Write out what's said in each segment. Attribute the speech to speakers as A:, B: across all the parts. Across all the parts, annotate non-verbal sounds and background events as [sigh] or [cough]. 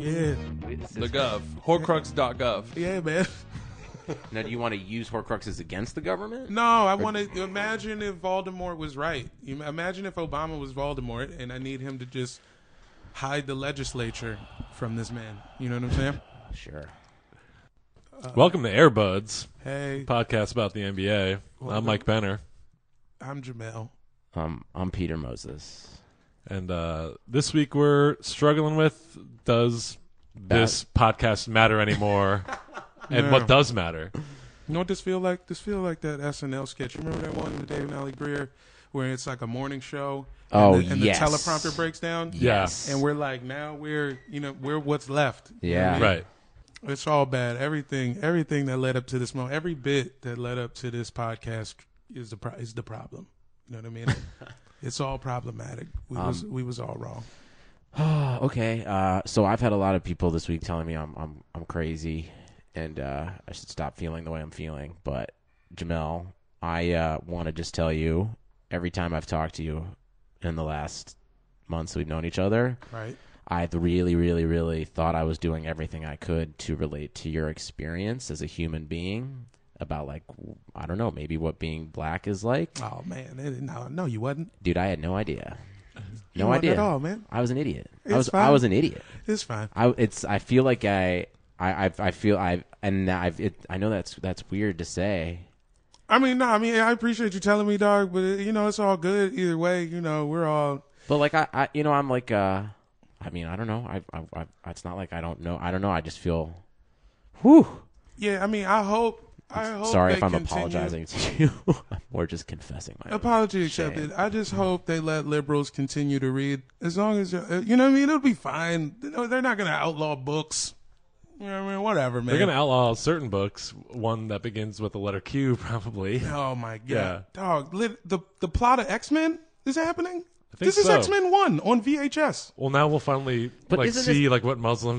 A: Yeah.
B: The gov. Horcrux.gov.
A: Yeah, man. [laughs]
C: Now, do you want to use Horcruxes against the government?
A: No, I want to imagine if Voldemort was right. You imagine if Obama was Voldemort, and I need him to just hide the legislature from this man. You know what I'm saying?
C: Sure.
D: Welcome to Airbuds,
A: Hey,
D: podcast about the NBA. I'm Mike Benner,
A: I'm Jamel.
C: Um, I'm Peter Moses.
D: and uh, this week we're struggling with does this podcast matter
C: [laughs]
D: anymore, and
A: No.
D: what does matter?
A: You know what this feel like? This feel like that SNL sketch. You remember that one with David Allie Greer where it's like a morning show? and
C: Oh,
A: the, and
C: yes.
A: the teleprompter breaks down?
D: Yes.
A: And we're like, now we're, you know, we're what's left. You know what I
C: Yeah.
A: mean?
D: Right.
A: It's all bad. Everything, everything that led up to this moment, every bit that led up to this podcast is the pro- is the problem. You know what I
C: [laughs]
A: mean? it's all problematic. We was
C: Um,
A: we was all wrong.
C: Oh, [sighs] okay. Uh, so I've had a lot of people this week telling me I'm I'm I'm crazy, and uh, I should stop feeling the way I'm feeling. But Jamel, I uh, want to just tell you, every time I've talked to you in the last months we've known each other,
A: Right?
C: I really, really, really thought I was doing everything I could to relate to your experience as a human being about like I don't know, maybe what being black is like.
A: Oh man, it, no, no, you wasn't.
C: Dude, I had no idea.
A: [laughs] you
C: No
A: wasn't
C: idea
A: at all, man.
C: I was an idiot.
A: It's
C: I was I
A: fine.
C: was an idiot.
A: It's fine.
C: I it's I feel like I I I, I feel I and I've it, I know that's that's weird to say.
A: I mean, no, I mean, I appreciate you telling me, dog. But you know, it's all good either way. You know, we're all
C: But like I, I you know I'm like uh I mean I don't know I, I I it's not like I don't know I don't know I just feel whew
A: yeah. I mean, I hope. I hope
C: sorry
A: they
C: if I'm
A: continue.
C: apologizing to you [laughs] or just confessing my
A: Apology accepted. I just
C: Mm-hmm.
A: hope they let liberals continue to read as long as uh, you know what I mean. It'll be fine. You know, They're not going to outlaw books. You know what I mean? Whatever, man.
D: They're going to outlaw certain books. One that begins with the letter Q, [laughs] probably.
A: Oh my god,
D: Yeah.
A: dog! Lit- the the plot of X Men is happening.
D: think
A: This is
D: so.
A: X Men One on VHS.
D: Well, now we'll finally
C: But
D: like
C: isn't
D: see like what Muslim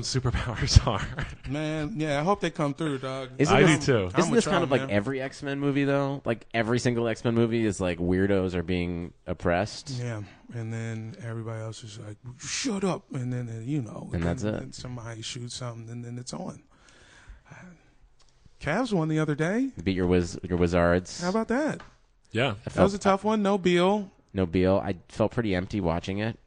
C: [laughs]
D: superpowers [laughs] are.
A: Man, yeah, I hope they come through, dog.
C: Isn't
D: I do
C: this,
D: too.
A: I'm
C: Isn't
A: with
C: this kind
A: y'all,
C: of like
A: man.
C: every X Men movie though? Like every single X Men movie is like weirdos are being oppressed.
A: Yeah, and then everybody else is like, "Shut up!" And then uh, you know,
C: And that's it.
A: then somebody shoots something, and then it's on. Uh, Cavs won the other day.
C: Beat your wiz your wizards.
A: How about that?
D: yeah.
C: Oh.
A: That was a tough one. No Beal.
C: No Beal. I felt pretty empty watching it.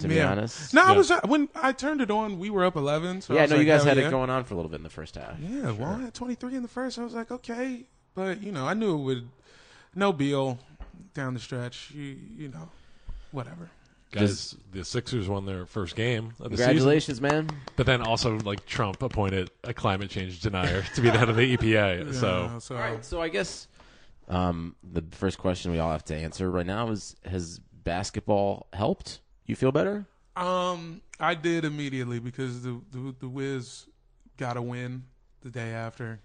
C: To be
A: Yeah.
C: honest.
A: No, I
D: Yeah.
A: was when I turned it on. We were up eleven. So I
C: yeah,
A: was
C: no,
A: like,
C: you guys
A: hell
C: had
A: yeah.
C: it going on for a little bit in the first half.
A: Yeah, well, I had twenty three in the first. I was like, okay, but you know, I knew it would. No Beal down the stretch. You you know, whatever.
D: Guys, the Sixers won their first game of the season.
C: Congratulations, man.
D: But then also like Trump appointed a climate change denier to be the head of the EPA. So
A: Uh, so
C: All right, so I guess um, the first question we all have to answer right now is: Has basketball helped you feel better?
A: Um, I did immediately because the the, the Wiz got a win the day after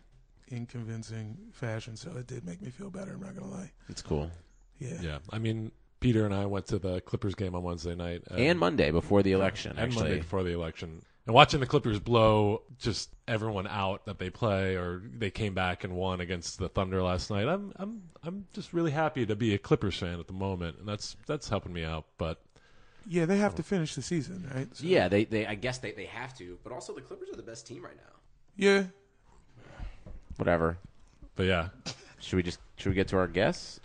A: in convincing fashion, so it did make me feel better. I'm not gonna lie.
C: It's cool.
A: Yeah,
D: Yeah, I mean, Peter and I went to the Clippers game on Wednesday night, uh,
C: And Monday before the election,
D: and
C: actually.
D: Monday before the election, and watching the Clippers blow just everyone out that they play, or they came back and won against the Thunder last night. I'm, I'm, I'm just really happy to be a Clippers fan at the moment, and that's that's helping me out. But
A: yeah. They have to finish the season, right? So,
C: Yeah, they, they I guess they, they have to, but also the Clippers are the best team right now.
A: yeah.
C: Whatever.
D: but yeah,
C: Should we just should we get to our guess?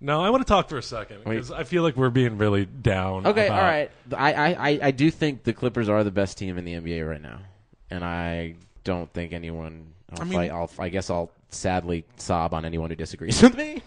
D: no, I want to talk for a second because I feel like we're being really down.
C: Okay,
D: about-
C: all right. I, I, I, I do think the Clippers are the best team in the NBA right now. and I don't think anyone. I'll
A: I
C: I
A: mean-
C: I'll, I guess I'll sadly sob on anyone who disagrees [laughs] with me.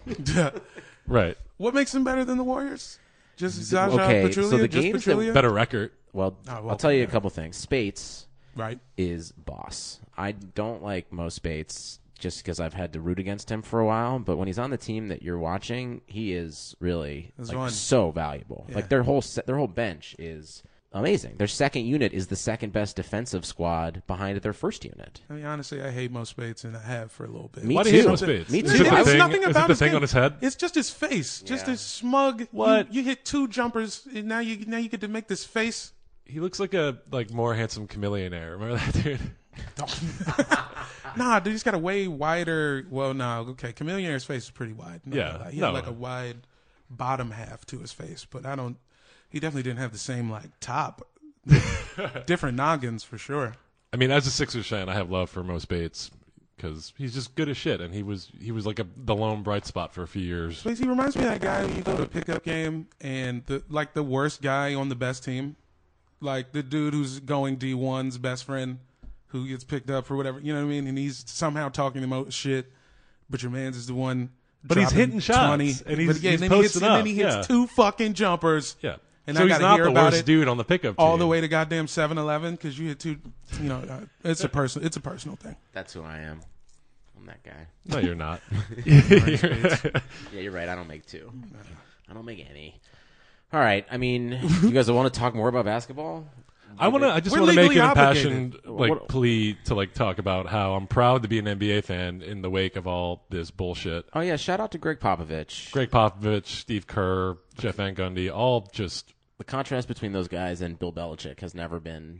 D: Right.
A: what makes him better than the Warriors? Just Zaza
C: okay,
A: Pachulia?
C: so the
A: just
C: games that-
A: Pachulia?
D: Better record.
C: Well,
A: Ah, well,
C: I'll tell you a
A: yeah.
C: couple things. Spates
A: right.
C: is boss. I don't like Mo Spates just because I've had to root against him for a while, but when he's on the team that you're watching, he is really
A: He's
C: like,
A: on.
C: so valuable. Like their whole se- their whole bench is amazing. Their second unit is the second best defensive squad behind their first unit.
A: I mean, honestly, I hate Mo Spates, and I have for a little bit.
C: Me
D: Why do
C: too.
D: you hate Mo
C: Something-
D: Spates?
C: me
D: Is
C: too.
D: it the
C: There's
D: thing,
A: nothing
D: is
A: about
D: it the thing
A: game.
D: on his head?
A: It's just his face. Just
C: Yeah.
A: his smug.
D: What?
A: You, you hit two jumpers, and now you now you get to make this face.
D: He looks like a like more handsome chameleonaire. [laughs] Remember that dude?
C: Ah.
A: Nah, dude, he's got a way wider. Well, no, okay. Chameleonaire's face is pretty wide. No,
D: Yeah,
A: no, he
D: no.
A: had like a wide bottom half to his face, but I don't. He definitely didn't have the same like
C: [laughs]
A: top. Different noggins for sure.
D: I mean, as a Sixers fan, I have love for Mo Bates because he's just good as shit, and he was he was like a, the lone bright spot for a few years.
A: But he reminds me of that guy who you go to a pickup game and the like the worst guy on the best team, like the dude who's going D one's best friend, who gets picked up for whatever you know what I mean, and he's somehow talking him out shit, but your man's is the one.
D: But he's
A: dropping
D: hitting shots,
A: 20,
D: and he's-
A: but yeah, then he
D: he's
A: hits,
D: posting
A: and then
D: up,
A: he hits
D: yeah.
A: two fucking jumpers.
D: Yeah,
A: And
D: so
A: I
D: he's
A: gotta
D: not
A: hear
D: the
A: about
D: worst
A: it
D: dude on the pickup.
A: all
D: team.
A: the way to goddamn 7-Eleven because you hit two. You know, uh, it's a person. It's a personal thing.
C: That's who I am. I'm that guy.
D: No,
A: [laughs]
D: you're not.
C: Yeah, you're right. I don't make two. I don't make any. All right. I mean, you guys want to talk more about basketball?
D: I want to. I just
A: We're
D: want to make an
A: legally
D: impassioned like
C: What-
D: plea to like talk about how I'm proud to be an NBA fan in the wake of all this bullshit.
C: Oh yeah, shout out to Greg Popovich.
D: Greg Popovich, Steve Kerr, Jeff Van Gundy, all just
C: The contrast between those guys and Bill Belichick has never been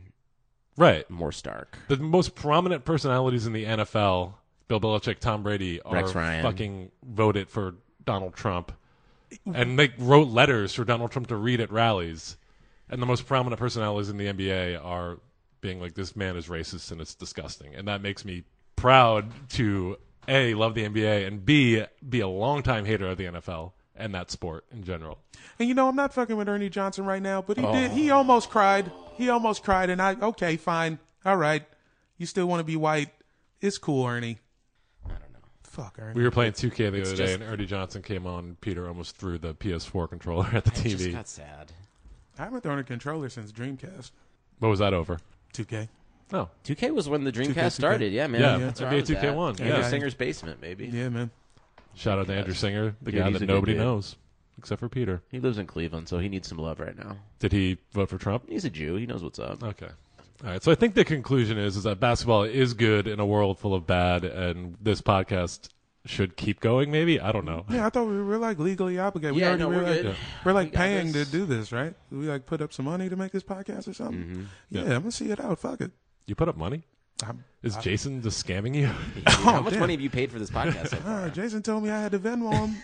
D: right.
C: more stark.
D: The most prominent personalities in the NFL, Bill Belichick, Tom Brady, are
C: Rex Ryan.
D: fucking voted for Donald Trump, and they wrote letters for Donald Trump to read at rallies. And the most prominent personalities in the NBA are being like, "This man is racist and it's disgusting," and that makes me proud to a love the NBA and b be a longtime hater of the NFL and that sport in general.
A: And you know, I'm not fucking with Ernie Johnson right now, but he did. He almost cried. He almost cried, and I okay, fine, all right. You still want to be white? It's cool, Ernie.
C: I don't know.
A: Fuck Ernie.
D: We were playing 2K the other day,
C: just-
D: and Ernie Johnson came on. and Peter almost threw the PS4 controller at the
C: It just
D: TV.
C: got sad.
A: I haven't thrown a controller since Dreamcast.
D: What was that over?
A: 2K.
D: Oh,
C: 2K was when the Dreamcast
A: 2K.
C: started. Yeah, man.
D: Yeah,
C: That's where I
D: NBA
C: was at.
D: 2K1, yeah.
C: Andrew
A: Yeah.
C: Singer's basement, maybe.
A: Yeah, man.
D: shout out to Andrew Singer, the
C: Dude,
D: guy
C: he's a
D: that
C: good
D: nobody
C: dude.
D: knows except for Peter.
C: He lives in Cleveland, so he needs some love right now.
D: Did he vote for Trump?
C: He's a Jew. He knows what's up.
D: Okay. All right. So I think the conclusion is is that basketball is good in a world full of bad, and this podcast should keep going. Maybe I don't know.
A: Yeah, I thought we were like legally obligated. We
C: Yeah,
A: already
C: no,
A: were
C: we're
A: like,
C: good. Yeah.
A: We're like
C: We got
A: paying
C: this.
A: to do this, right? We like put up some money to make this podcast or something.
C: Mm-hmm.
A: Yeah, I'm gonna see it out. Fuck it.
D: You put up money.
A: I'm,
D: Is Jason just scamming you? [laughs]
C: How much
A: damn.
C: money have you paid for this podcast so
A: all
C: far?
A: right, uh, Jason told me I had to Venmo him.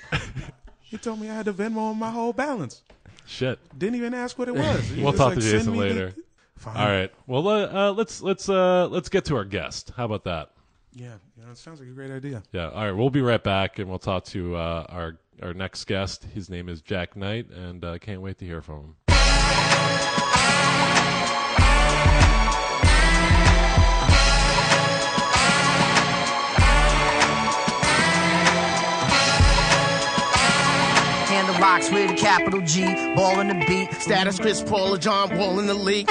A: [laughs] he told me I had to Venmo him my whole balance.
D: Shit.
A: Didn't even ask
D: [laughs]
A: what it was. He
D: We'll
A: just,
D: talk
A: like,
D: to
A: send
D: Jason
A: me the-
D: later.
A: Fine.
C: Uh-huh.
D: All right. Well, uh, uh, let's let's uh, let's get to our guest. How about that?
A: Yeah, yeah, it sounds like a great idea.
D: Yeah. All right. We'll be right back, and we'll talk to uh, our our next guest. His name is Jack Knight, and uh, can't wait to hear from him.
E: Hand the box with a capital G, ball in the beat, status Chris Paul or John Wall in the league.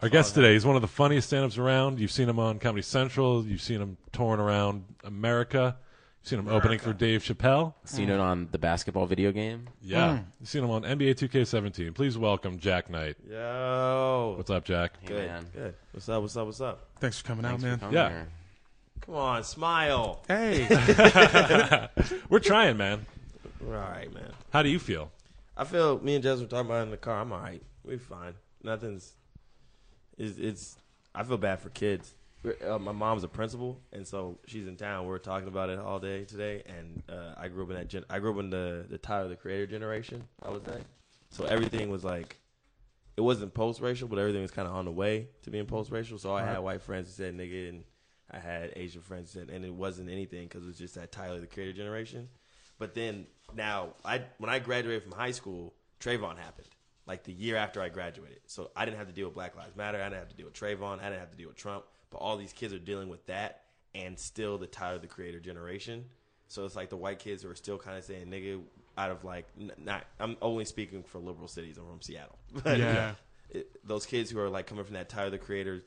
D: Our guest today, he's one of the funniest stand-ups around. You've seen him on Comedy Central. You've seen him touring around America. You've seen him opening for Dave Chappelle.
F: Mm.
C: Seen it on the basketball video game.
D: Yeah. You've seen him on NBA 2K17. Please welcome Jack Knight.
F: Yo.
D: What's up, Jack?
F: Good.
C: man.
F: Good. What's up? What's up? What's up?
A: Thanks for coming
C: Thanks for
A: out, man.
C: coming
D: Yeah.
C: here.
F: Come on, smile.
A: [laughs] Hey,
D: We're trying, man.
F: We're all right, man.
D: How do you feel?
F: I feel me and Jess were talking about it in the car. I'm all right. We're fine. Nothing's. It's. it's I feel bad for kids. We're- Uh, my mom's a principal, and so she's in town. We We're talking about it all day today, and uh, I grew up in that. Gen- I grew up in the the Tyler the Creator generation. I would say. So everything was like, it wasn't post racial, but everything was kind of on the way to being post racial. So I had white friends who said nigga, and I had Asian friends who said, and it wasn't anything because it was just that Tyler the Creator generation. But then now, I when I graduated from high school, Trayvon happened, like the year after I graduated. So I didn't have to deal with Black Lives Matter. I didn't have to deal with Trayvon. I didn't have to deal with Trump. But all these kids are dealing with that and still the Tyler the Creator generation. So it's like the white kids who are still kind of saying nigga out of like n- not. I'm only speaking for liberal cities. I'm from Seattle. [laughs] But
A: Yeah.
F: it, those kids who are like coming from that Tyler the Creator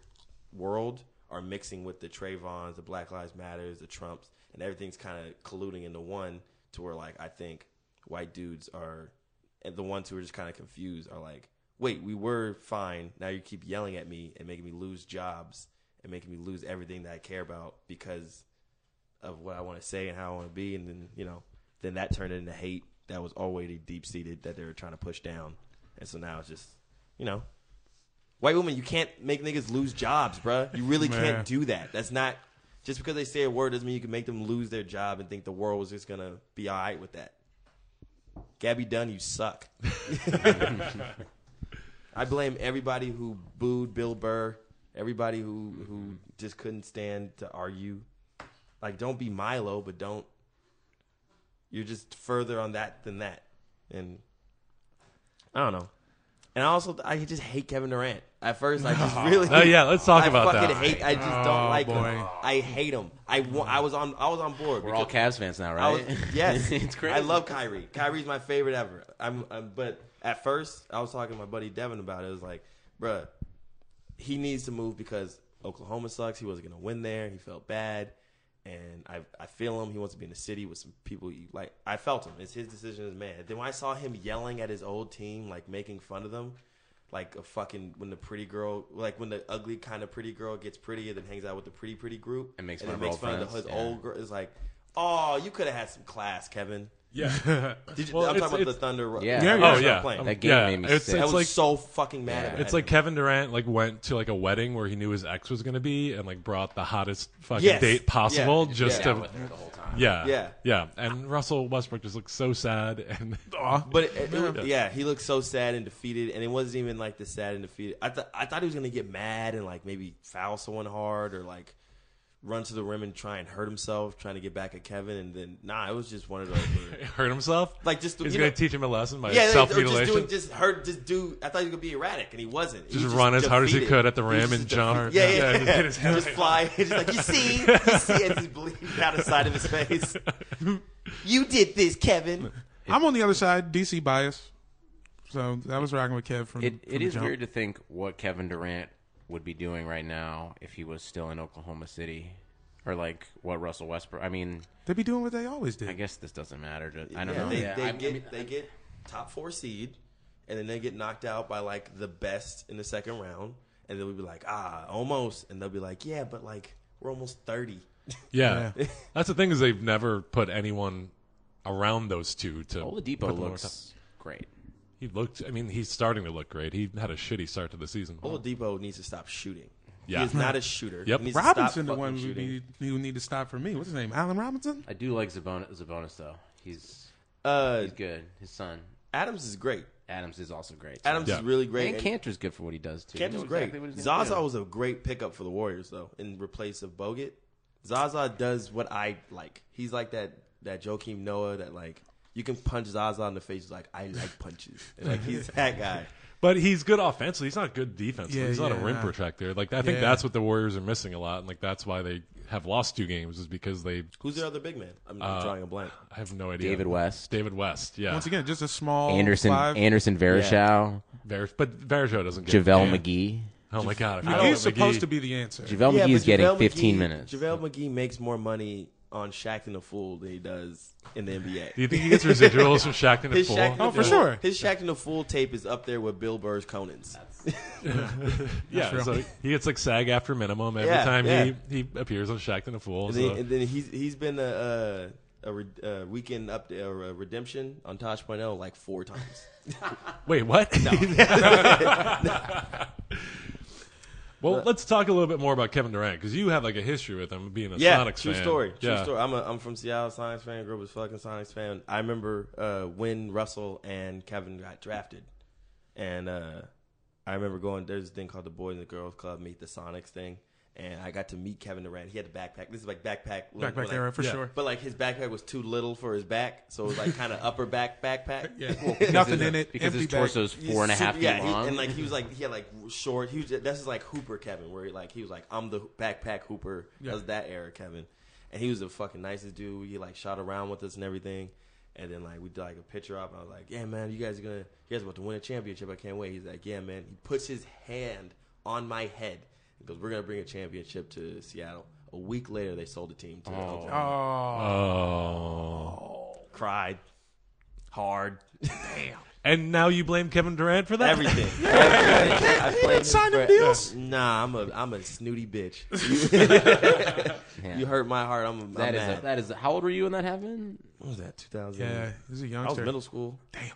F: world are mixing with the Trayvons, the Black Lives Matters, the Trumps, and everything's kind of colluding into one to where like I think white dudes are and the ones who are just kind of confused are like, wait, we were fine. Now you keep yelling at me and making me lose jobs and making me lose everything that I care about because of what I want to say and how I want to be, and then you know, then that turned into hate that was already deep seated that they were trying to push down, and so now it's just, you know, white woman, you can't make niggas lose jobs, bruh. You really
A: Man.
F: can't do that. That's not just because they say a word doesn't mean you can make them lose their job and think the world was just gonna be all right with that. Gabby Dunn, you suck. [laughs] I blame everybody who booed Bill Burr, everybody who who just couldn't stand to argue. Like, don't be Milo, but don't. You're just further on that than that, and I don't know. And I also, I just hate Kevin Durant. At first,
D: [laughs]
F: I just really.
D: Oh, yeah, let's talk
F: I
D: about that.
F: fucking hate. I just don't
A: Oh,
F: like him.
A: boy.
F: I hate him. I wa- I was on. I was on board.
G: We're all
F: because-
G: Cavs fans now,
F: I
G: right? [laughs]
F: was, yes,
G: it's crazy.
F: I love Kyrie. Kyrie's my favorite ever. I'm, i but at first, I was talking to my buddy Devin about it. It was like, bruh, he needs to move because Oklahoma sucks. He wasn't gonna win there. He felt bad, and I, I feel him. He wants to be in the city with some people. You, like I felt him. It's his decision as a man. Then when I saw him yelling at his old team, like making fun of them. Like a fucking when the pretty girl, like when the ugly kind of pretty girl gets prettier, then hangs out with the pretty pretty group
G: And makes
F: then
G: fun of
F: makes
G: old
F: fun of the,
G: friends,
F: his
G: yeah.
F: old girl. It's like, oh, you could have had some class, Kevin.
D: [laughs] Yeah.
F: Did you,
D: Well,
F: I'm
D: it's-
F: talking about
D: it's-
F: the Thunder.
G: Yeah.
A: Yeah,
D: Oh
A: Stop
D: yeah,
F: playing.
D: Um,
G: That game
D: yeah,
G: made me
D: it's,
G: sick.
F: I
G: That
D: It's
F: was
D: like
F: so fucking mad.
G: Yeah.
F: At
D: it's like Kevin Durant like went to like a wedding where he knew his ex was gonna be and like brought the hottest fucking
F: Yes.
D: date possible
F: Yeah.
D: just
F: Yeah.
D: to
G: the whole time.
D: yeah
F: Yeah.
D: yeah and Russell Westbrook just looked so sad and [laughs]
F: but it, it- it- yeah, he looked so sad and defeated, and it wasn't even like the sad and defeated. I thought I thought he was gonna get mad and like maybe foul someone hard or like run to the rim and try and hurt himself, trying to get back at Kevin, and then nah, it was just one of
D: [laughs]
F: those. where-
D: hurt himself
F: Like, just the-
D: he's
F: you
D: gonna
F: know-
D: teach him a lesson by
F: Yeah,
D: self
F: or just doing
D: mutilation
F: just hurt, just do. I thought he was gonna be erratic, and he wasn't. He
D: Just
F: was
D: run as hard as he
F: defeated.
D: could at the
F: He was
D: ram
F: just
D: and
F: a
D: jump.
F: Yeah, yeah,
D: Yeah,
F: yeah.
D: just hit his head
F: Just
D: right [laughs]
F: fly. just like you see, you see, as he's bleeding out the side of
D: [laughs]
F: his face. You did this, Kevin.
A: I'm on the other side, DC bias. So that was rocking with Kev from.
G: It,
A: from
G: it
A: the
G: is
A: jump.
G: weird to think what Kevin Durant would be doing right now if he was still in Oklahoma City, or like what Russell Westbrook. I mean,
A: They be doing what they always do.
G: I guess this doesn't matter. To, I don't
F: yeah,
G: know.
F: They,
G: yeah,
F: they
G: I- I
F: get
G: mean,
F: they get top four seed, and then they get knocked out by like the best in the second round, and then we'll be like, ah, almost, and they'll be like, yeah, but like we're almost thirty.
D: yeah.
F: [laughs]
D: that's the thing is they've never put anyone around those two to put
G: Oladipo
D: them over top.
G: looks great.
D: he looked I mean he's starting to look great he had a shitty start to the season
G: Oh.
F: Oladipo needs to stop shooting.
D: Yeah.
F: He is not a shooter.
D: Yep.
F: He needs to stop
A: Robinson, the
F: fucking
A: one we
F: shooting.
A: need, who need to stop for me. What's his name? Allen Robinson.
G: I do like Zabonis, Zabonis though. He's
F: Uh,
G: he's good. His son
F: Adams is great.
G: Adams is also great. too.
F: Adams
D: Yeah.
F: is really great.
G: and
F: and
G: Cantor's good for what he does too.
F: Cantor's
G: He knows
F: great.
G: exactly what he's gonna
F: Zaza
G: do.
F: was a great pickup for the Warriors though, in replace of Bogut. Zaza does what I like. He's like that that Joakim Noah that like you can punch Zaza in the face. He's like I like punches. And,
G: [laughs]
F: like he's that guy.
D: But he's good offensively. He's not good defensively.
A: Yeah,
D: he's not a
A: yeah,
D: rim
A: nah.
D: protector. Like I think
A: Yeah.
D: that's what the Warriors are missing a lot, and like that's why they have lost two games is because they.
F: Who's their other big man? I'm,
D: Uh,
F: I'm drawing a blank.
D: I have no idea.
G: David West,
D: David West. Yeah.
A: Once again, just a small
G: Anderson,
A: Five.
G: Anderson Verishaw,
D: Ver- but Verjo doesn't get.
G: JaVale
D: Yeah.
G: McGee.
D: Oh my god. if you don't
A: He's
D: let
A: supposed
D: McGee-
A: to be the answer.
G: JaVale McGee
F: Yeah, but
G: is getting
F: JaVale
G: 15
F: McGee-
G: minutes.
F: JaVale McGee makes more money on Shaq and the Fool than he does in the NBA.
D: Do you think he gets residuals from Shaq and the
F: His [laughs] Shaq
D: Fool?
F: and the
A: Oh, for
F: Fool-
A: sure.
F: His Shaq and the Fool tape is up there with Bill Burr's Conan's.
D: Yeah. So he gets like SAG after minimum every
F: Yeah,
D: time
F: yeah.
D: he he appears on Shaq and the Fool.
F: And then,
D: so-
F: and then he's he's been a uh, a, re, uh weekend up uh, redemption on Tosh.0 like four times.
D: Wait, what? [laughs] well, let's talk a little bit more about Kevin Durant because you have like a history with him being [laughs] a
F: yeah,
D: Sonics
F: true
D: fan.
F: story. True
D: Yeah.
F: story. I'm a, I'm from Seattle, Sonics fan. Grew up as a fucking Sonics fan. I remember uh, when Russell and Kevin got drafted, and uh, I remember going. There's a thing called the Boys and the Girls Club Meet the Sonics thing, and I got to meet Kevin Durant. He had the backpack. This is like backpack.
A: Backpack
F: like,
A: era for
D: yeah.
A: sure.
F: But like his backpack was too little for his back, so it was like kind of upper back backpack. [laughs]
A: Nothing in it.
C: because his
A: empty bag.
C: torso's four and a
F: He's
C: half
F: super- yeah,
C: feet
F: he-
C: long.
F: and like he was like he had like short. He was that's just like Hooper Kevin, where he like he was like I'm the backpack Hooper. That was that era Kevin, and he was the fucking nicest dude. He like shot around with us and everything, and then like we did like a picture up, and I was like, yeah man, you guys are gonna you guys about to win a championship. I can't wait. He's like, yeah man. He puts his hand on my head because we're gonna bring a championship to Seattle. A week later, they sold the team to Oklahoma.
A: Oh,
D: Oh.
F: Cried hard. [laughs]
D: And now you blame Kevin Durant for that?
F: Everything. [laughs] Everything. I played his
A: signing
F: friend-
A: deals?
F: [laughs] Nah, I'm a I'm a snooty bitch. [laughs] You, you hurt my heart. I'm, a,
C: That
F: I'm
C: is
F: mad.
C: a, that is a, how old were you when that happened?
F: what was that? 2000.
A: yeah. He's a
F: I was
A: youngster.
F: middle school. Damn.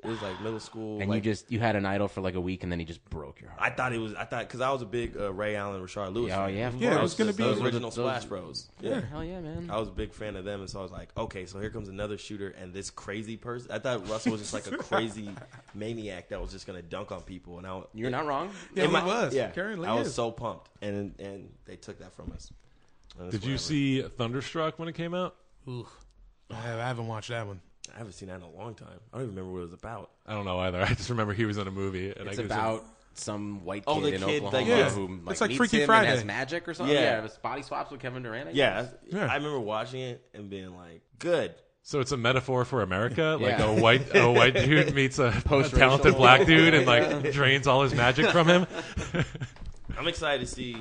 F: It was like middle school.
C: And
F: like,
C: you just you had an idol for like a week, and then he just broke your heart.
F: I thought it was. I thought because I was a big uh, Ray Allen, Rashard Lewis.
C: Oh
F: fan.
C: yeah, of
A: Yeah, it
C: course.
A: was gonna be-
C: Those
F: those
C: were the-
F: original
C: those-
F: Splash Bros.
C: Yeah, hell yeah, man.
F: I was a big fan of them, and so I was like, okay, so here comes another shooter and this crazy person. I thought Russell was just like
A: [laughs]
F: a crazy maniac that was just gonna dunk on people, and I
C: You're not wrong.
A: yeah,
F: in
A: he
F: my-
A: was.
F: Yeah,
A: Currently
F: I was
A: is.
F: so pumped, and and they took that from us. And that's
D: Did you
F: whatever.
D: see Thunderstruck when it came out?
A: Oof. I have- I haven't watched that one.
F: I haven't seen that in a long time. I don't even remember what it was about.
D: I don't know either. I just remember he was in a movie. And I
C: It's
D: guess it-
C: about some white kid
F: Oh, the
C: in
F: kid that
C: Oklahoma
F: gets-
C: who
A: It's
C: like,
A: like
C: meets
A: Freaky
C: him
A: Friday.
C: and has magic or something.
F: Yeah.
C: Yeah, it was body swaps with Kevin Durant. I
F: Yeah,
C: guess.
F: I- I remember watching it and being like, "Good."
D: So it's a metaphor for America, like
C: Yeah.
D: a white a white dude meets a, a
C: Post-racial.
D: talented black dude and like drains all his magic from
F: [laughs]
D: him.
F: I'm excited to see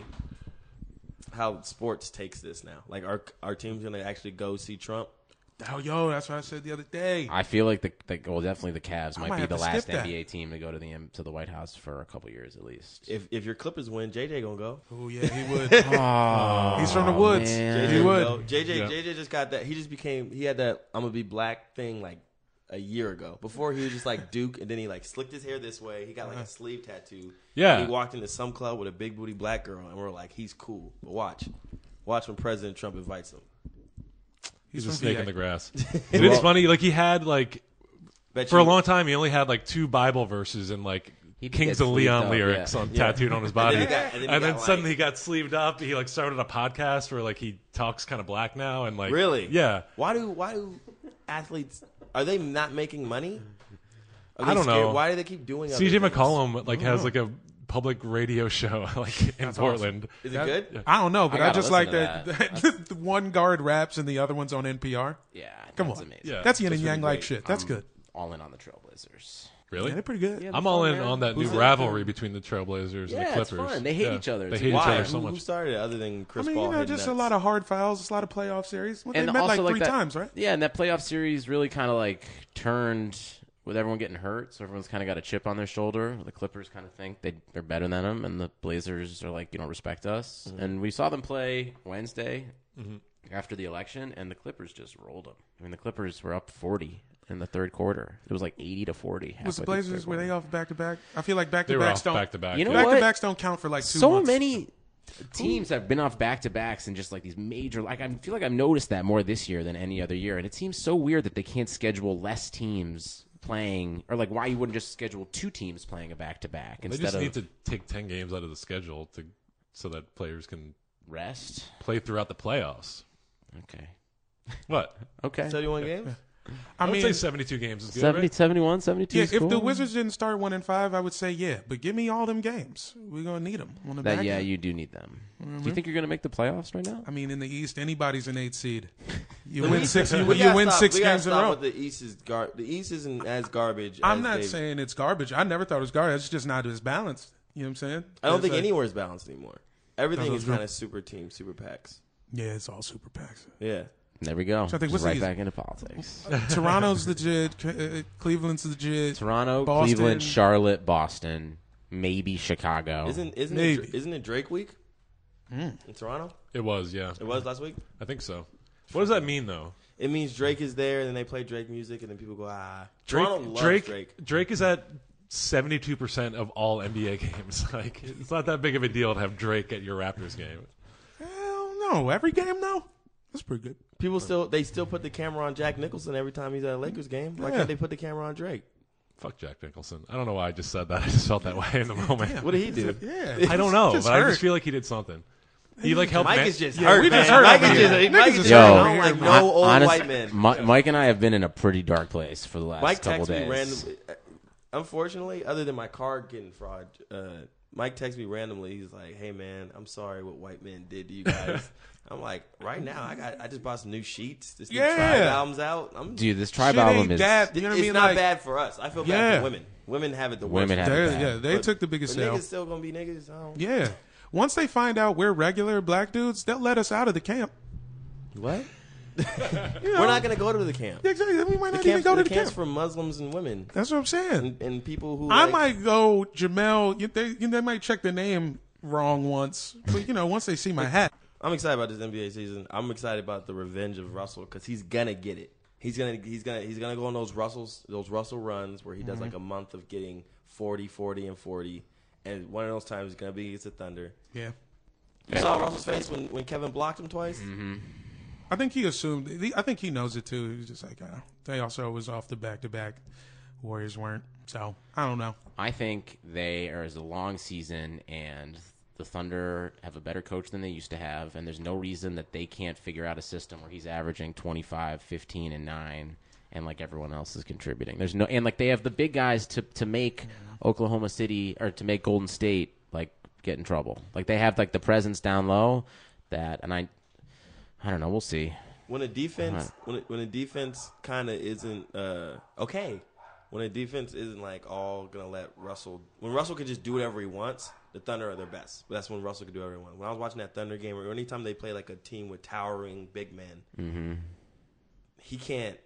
F: how sports takes this now. Like our our team's gonna actually go see Trump.
A: Oh, yo, that's what I said the other day.
C: I feel like the, the well, definitely the Cavs might,
A: might
C: be
A: have
C: the
A: to
C: last
A: skip that.
C: NBA team to go to the M- to the White House for a couple years at least.
F: If if your Clippers win, JJ gonna go.
A: Oh, yeah, he would.
C: [laughs]
A: He's from the woods.
C: man.
A: He
F: JJ
A: would.
F: go. JJ JJ just got that. He just became. He had that. I'm gonna be black thing like a year ago. Before he was just like Duke, and then he like slicked his hair this way. He got like a sleeve tattoo.
D: Yeah.
F: He walked into some club with a big booty black girl, and we are like, he's cool. But watch, watch when President Trump invites him.
D: He's a
A: from
D: snake
A: VA.
D: in the grass. [laughs] It is funny. Like he had like
F: Bet
D: for a
F: you-
D: long time he only had like two Bible verses and like
C: He'd
D: Kings
C: get
D: of
C: sleeved
D: Leon
C: up,
D: lyrics
C: yeah.
D: on
C: [laughs]
D: tattooed on his body.
F: then he
D: and then,
F: got- and then he got,
D: suddenly
F: like-
D: he got sleeved up. He like started a podcast where like he talks kind of black now and like
F: [laughs] Really?
D: yeah.
F: Why do why do athletes are they not making money? Are
D: I
F: they
D: don't know.
F: Why do they keep doing other
D: CJ
F: things?
D: McCollum like
C: Oh.
D: has like a public radio show [laughs] like in Portland.
F: Is it good?
A: I don't know, but I,
C: gotta
A: just
C: listen
A: like
C: to
A: that. [laughs]
C: that.
A: the one guard raps and the other one's on NPR.
C: Yeah,
A: Come
C: that's
A: on.
C: amazing.
D: Yeah.
A: That's yin and yang like shit. That's
C: I'm
A: good.
C: All in on the Trailblazers.
D: Really?
A: Yeah, they're pretty good.
D: I'm all in
C: man.
D: on that new rivalry between the Trailblazers and the
C: Yeah, it's
D: Clippers.
C: fun. They hate each other.
D: They
C: It's
D: hate each
C: wild.
D: other
F: Why?
D: so
F: Who, who
D: much.
F: started it other than
A: I
F: Chris
A: mean,
F: Paul?
A: you know,
F: hitting
A: just a
F: nuts?
A: lot of hard fouls, just a lot of playoff series. Well, they
C: And
A: met like
C: also,
A: three
C: that,
A: times, right?
C: Yeah, and that playoff series really kind of like turned with everyone getting hurt, so everyone's kind of got a chip on their shoulder. The Clippers kind of think they they're better than them, and the Blazers are like, you don't respect us.
A: Mm-hmm.
C: And we saw them play Wednesday after the election, and the Clippers just rolled them. I mean, the Clippers were up forty in the third quarter. It was like eighty to forty.
A: Was the
C: halfway through
A: Blazers
C: third
A: were they
C: quarter.
A: off back to back? I feel like back
D: They
A: to
D: were
A: backs
D: off
A: don't
D: back to back.
C: You know
D: yeah.
A: back
C: what?
A: to backs don't count for like two
C: so
A: months.
C: many teams have been off back to backs and just like these major like I feel like I've noticed that more this year than any other year and it seems so weird that they can't schedule less teams playing or like why you wouldn't just schedule two teams playing a back to back
D: They
C: instead
D: just
C: of
D: need to take ten games out of the schedule to so that players can
C: rest.
D: play throughout the playoffs.
C: Okay.
D: What?
C: Okay.
F: Thirty-one games.
A: I
D: I would
A: mean,
D: say seventy-two games is good.
C: 70,
D: right?
C: 71, 72
A: yeah,
C: is
A: if the
C: cool.
A: Wizards didn't start one and five, I would say yeah. But give me all them games. We're gonna need them on the
C: that
A: back. Mm-hmm.
C: yeah,
A: end.
C: you do need them. Do you think you're going to make the playoffs right now?
A: I mean, in the East, anybody's an eight
F: [laughs]
A: seed. You win six. You,
F: We
A: you
F: gotta
A: win
F: stop-
A: six
F: we gotta
A: games in a
F: stop
A: row.
F: with The East is gar- The East isn't as garbage.
A: I'm
F: as
A: not
F: they've-
A: saying it's garbage. I never thought it was garbage. It's just not as balanced. You know what I'm saying?
F: I don't
A: It's
F: think
A: like-
F: anywhere is balanced anymore. Everything
A: That's
F: is
A: true.
F: kind of super team, super packs.
A: Yeah, it's all super packs.
F: Yeah.
C: There we go.
A: I think
C: Just
A: what's
C: right
A: the-
C: back into
A: [laughs]
C: politics.
A: Toronto's legit. Ca- uh, Cleveland's legit.
C: Toronto,
A: Boston.
C: Cleveland, Charlotte, Boston, maybe Chicago.
F: Isn't isn't it,
A: Maybe. Hmm.
F: isn't it Drake week in Toronto?
D: It was, yeah.
F: It was last week.
D: I think so. What does that mean though?
F: It means Drake is there, and then they play Drake music, and then people go ah. Toronto
D: Drake
F: loves
D: Drake,
F: Drake.
D: Drake is at seventy-two percent of all NBA [laughs] games. Like it's not that big of a deal to have Drake at your Raptors game.
A: Hell no. Every game though. That's pretty good.
F: People still they still put the camera on Jack Nicholson every time he's at a Lakers game. Why
A: Yeah.
F: can't they put the camera on Drake?
D: Fuck Jack Nicholson. I don't know why I just said that. I just felt that way in the moment.
F: What did he do?
A: [laughs] Yeah.
F: [laughs]
D: I don't know,
A: Just
D: but I
A: hurt.
D: just feel like he did something. He like helped.
F: Mike
D: man-
F: is just
D: Yeah,
F: hurt.
D: we
F: man.
D: just hurt
F: Mike
D: over
F: is
D: here.
F: just,
A: Niggas
F: Mike is
A: is
F: just
A: hurt
F: hurt.
A: over
F: I don't
A: here,
F: like
A: man.
F: no old
C: honest-
F: white men.
C: Mi- Mike and I have been in a pretty dark place for the last
F: Mike
C: couple days.
F: texts me randomly. uh, Unfortunately, other than my card getting fraud, uh, Mike texts me randomly. He's like, "Hey man, I'm sorry what white men did to
C: [laughs]
F: you guys." I'm like, right now, I got I just bought some new sheets. This new tribe
A: Yeah.
F: album's out. I'm
C: Dude, this tribe
A: Shit ain't
C: album is
A: that- you know what I
F: it's
A: mean?
F: not
A: Like,
F: bad for us. I feel bad
A: Yeah.
F: for women. Women have it the worst.
C: Women have it
A: they're-
C: bad.
A: Yeah, they
F: But-
A: took the biggest
F: but
A: L.
F: niggas still gonna be niggas. I don't,
A: Yeah. Once they find out we're regular black dudes, they'll let us out of the camp.
F: What? We're not gonna go to the camp.
A: Yeah, exactly. We might
F: The
A: not
F: camps,
A: even go
F: the
A: to the
F: camps
A: camp.
F: for Muslims and women
A: That's what I'm saying.
F: and, and people who.
A: I
F: like-
A: might go Jamel. you- They, you- they might check the name wrong once, but you know, once they see my hat,
F: I'm excited about this NBA season. I'm excited about the revenge of Russell because he's gonna get it. He's gonna he's gonna he's gonna go on those Russells those Russell runs where he does like a month of getting 40, 40, and 40, and one of those times is gonna be against the Thunder.
A: yeah.
F: You saw Russell's face when, when Kevin blocked him twice.
A: I think he assumed. he- I think he knows it too. He's just like, uh, they also was off the back to back. Warriors weren't, so I don't know.
C: I think they are as a long season, and the Thunder have a better coach than they used to have, and there's no reason that they can't figure out a system where he's averaging 25, 15, and 9, and like everyone else is contributing. There's no, and like they have the big guys to, to make Oklahoma City or to make Golden State like get in trouble. Like they have like the presence down low that, and I, I don't know, we'll see.
F: When a defense when a, when a defense kind of isn't uh, okay, when a defense isn't like all gonna let Russell when Russell can just do whatever he wants, the Thunder are their best. But that's when Russell could do whatever he wants. When I was watching that Thunder game, or anytime they play like a team with towering big men, he can't.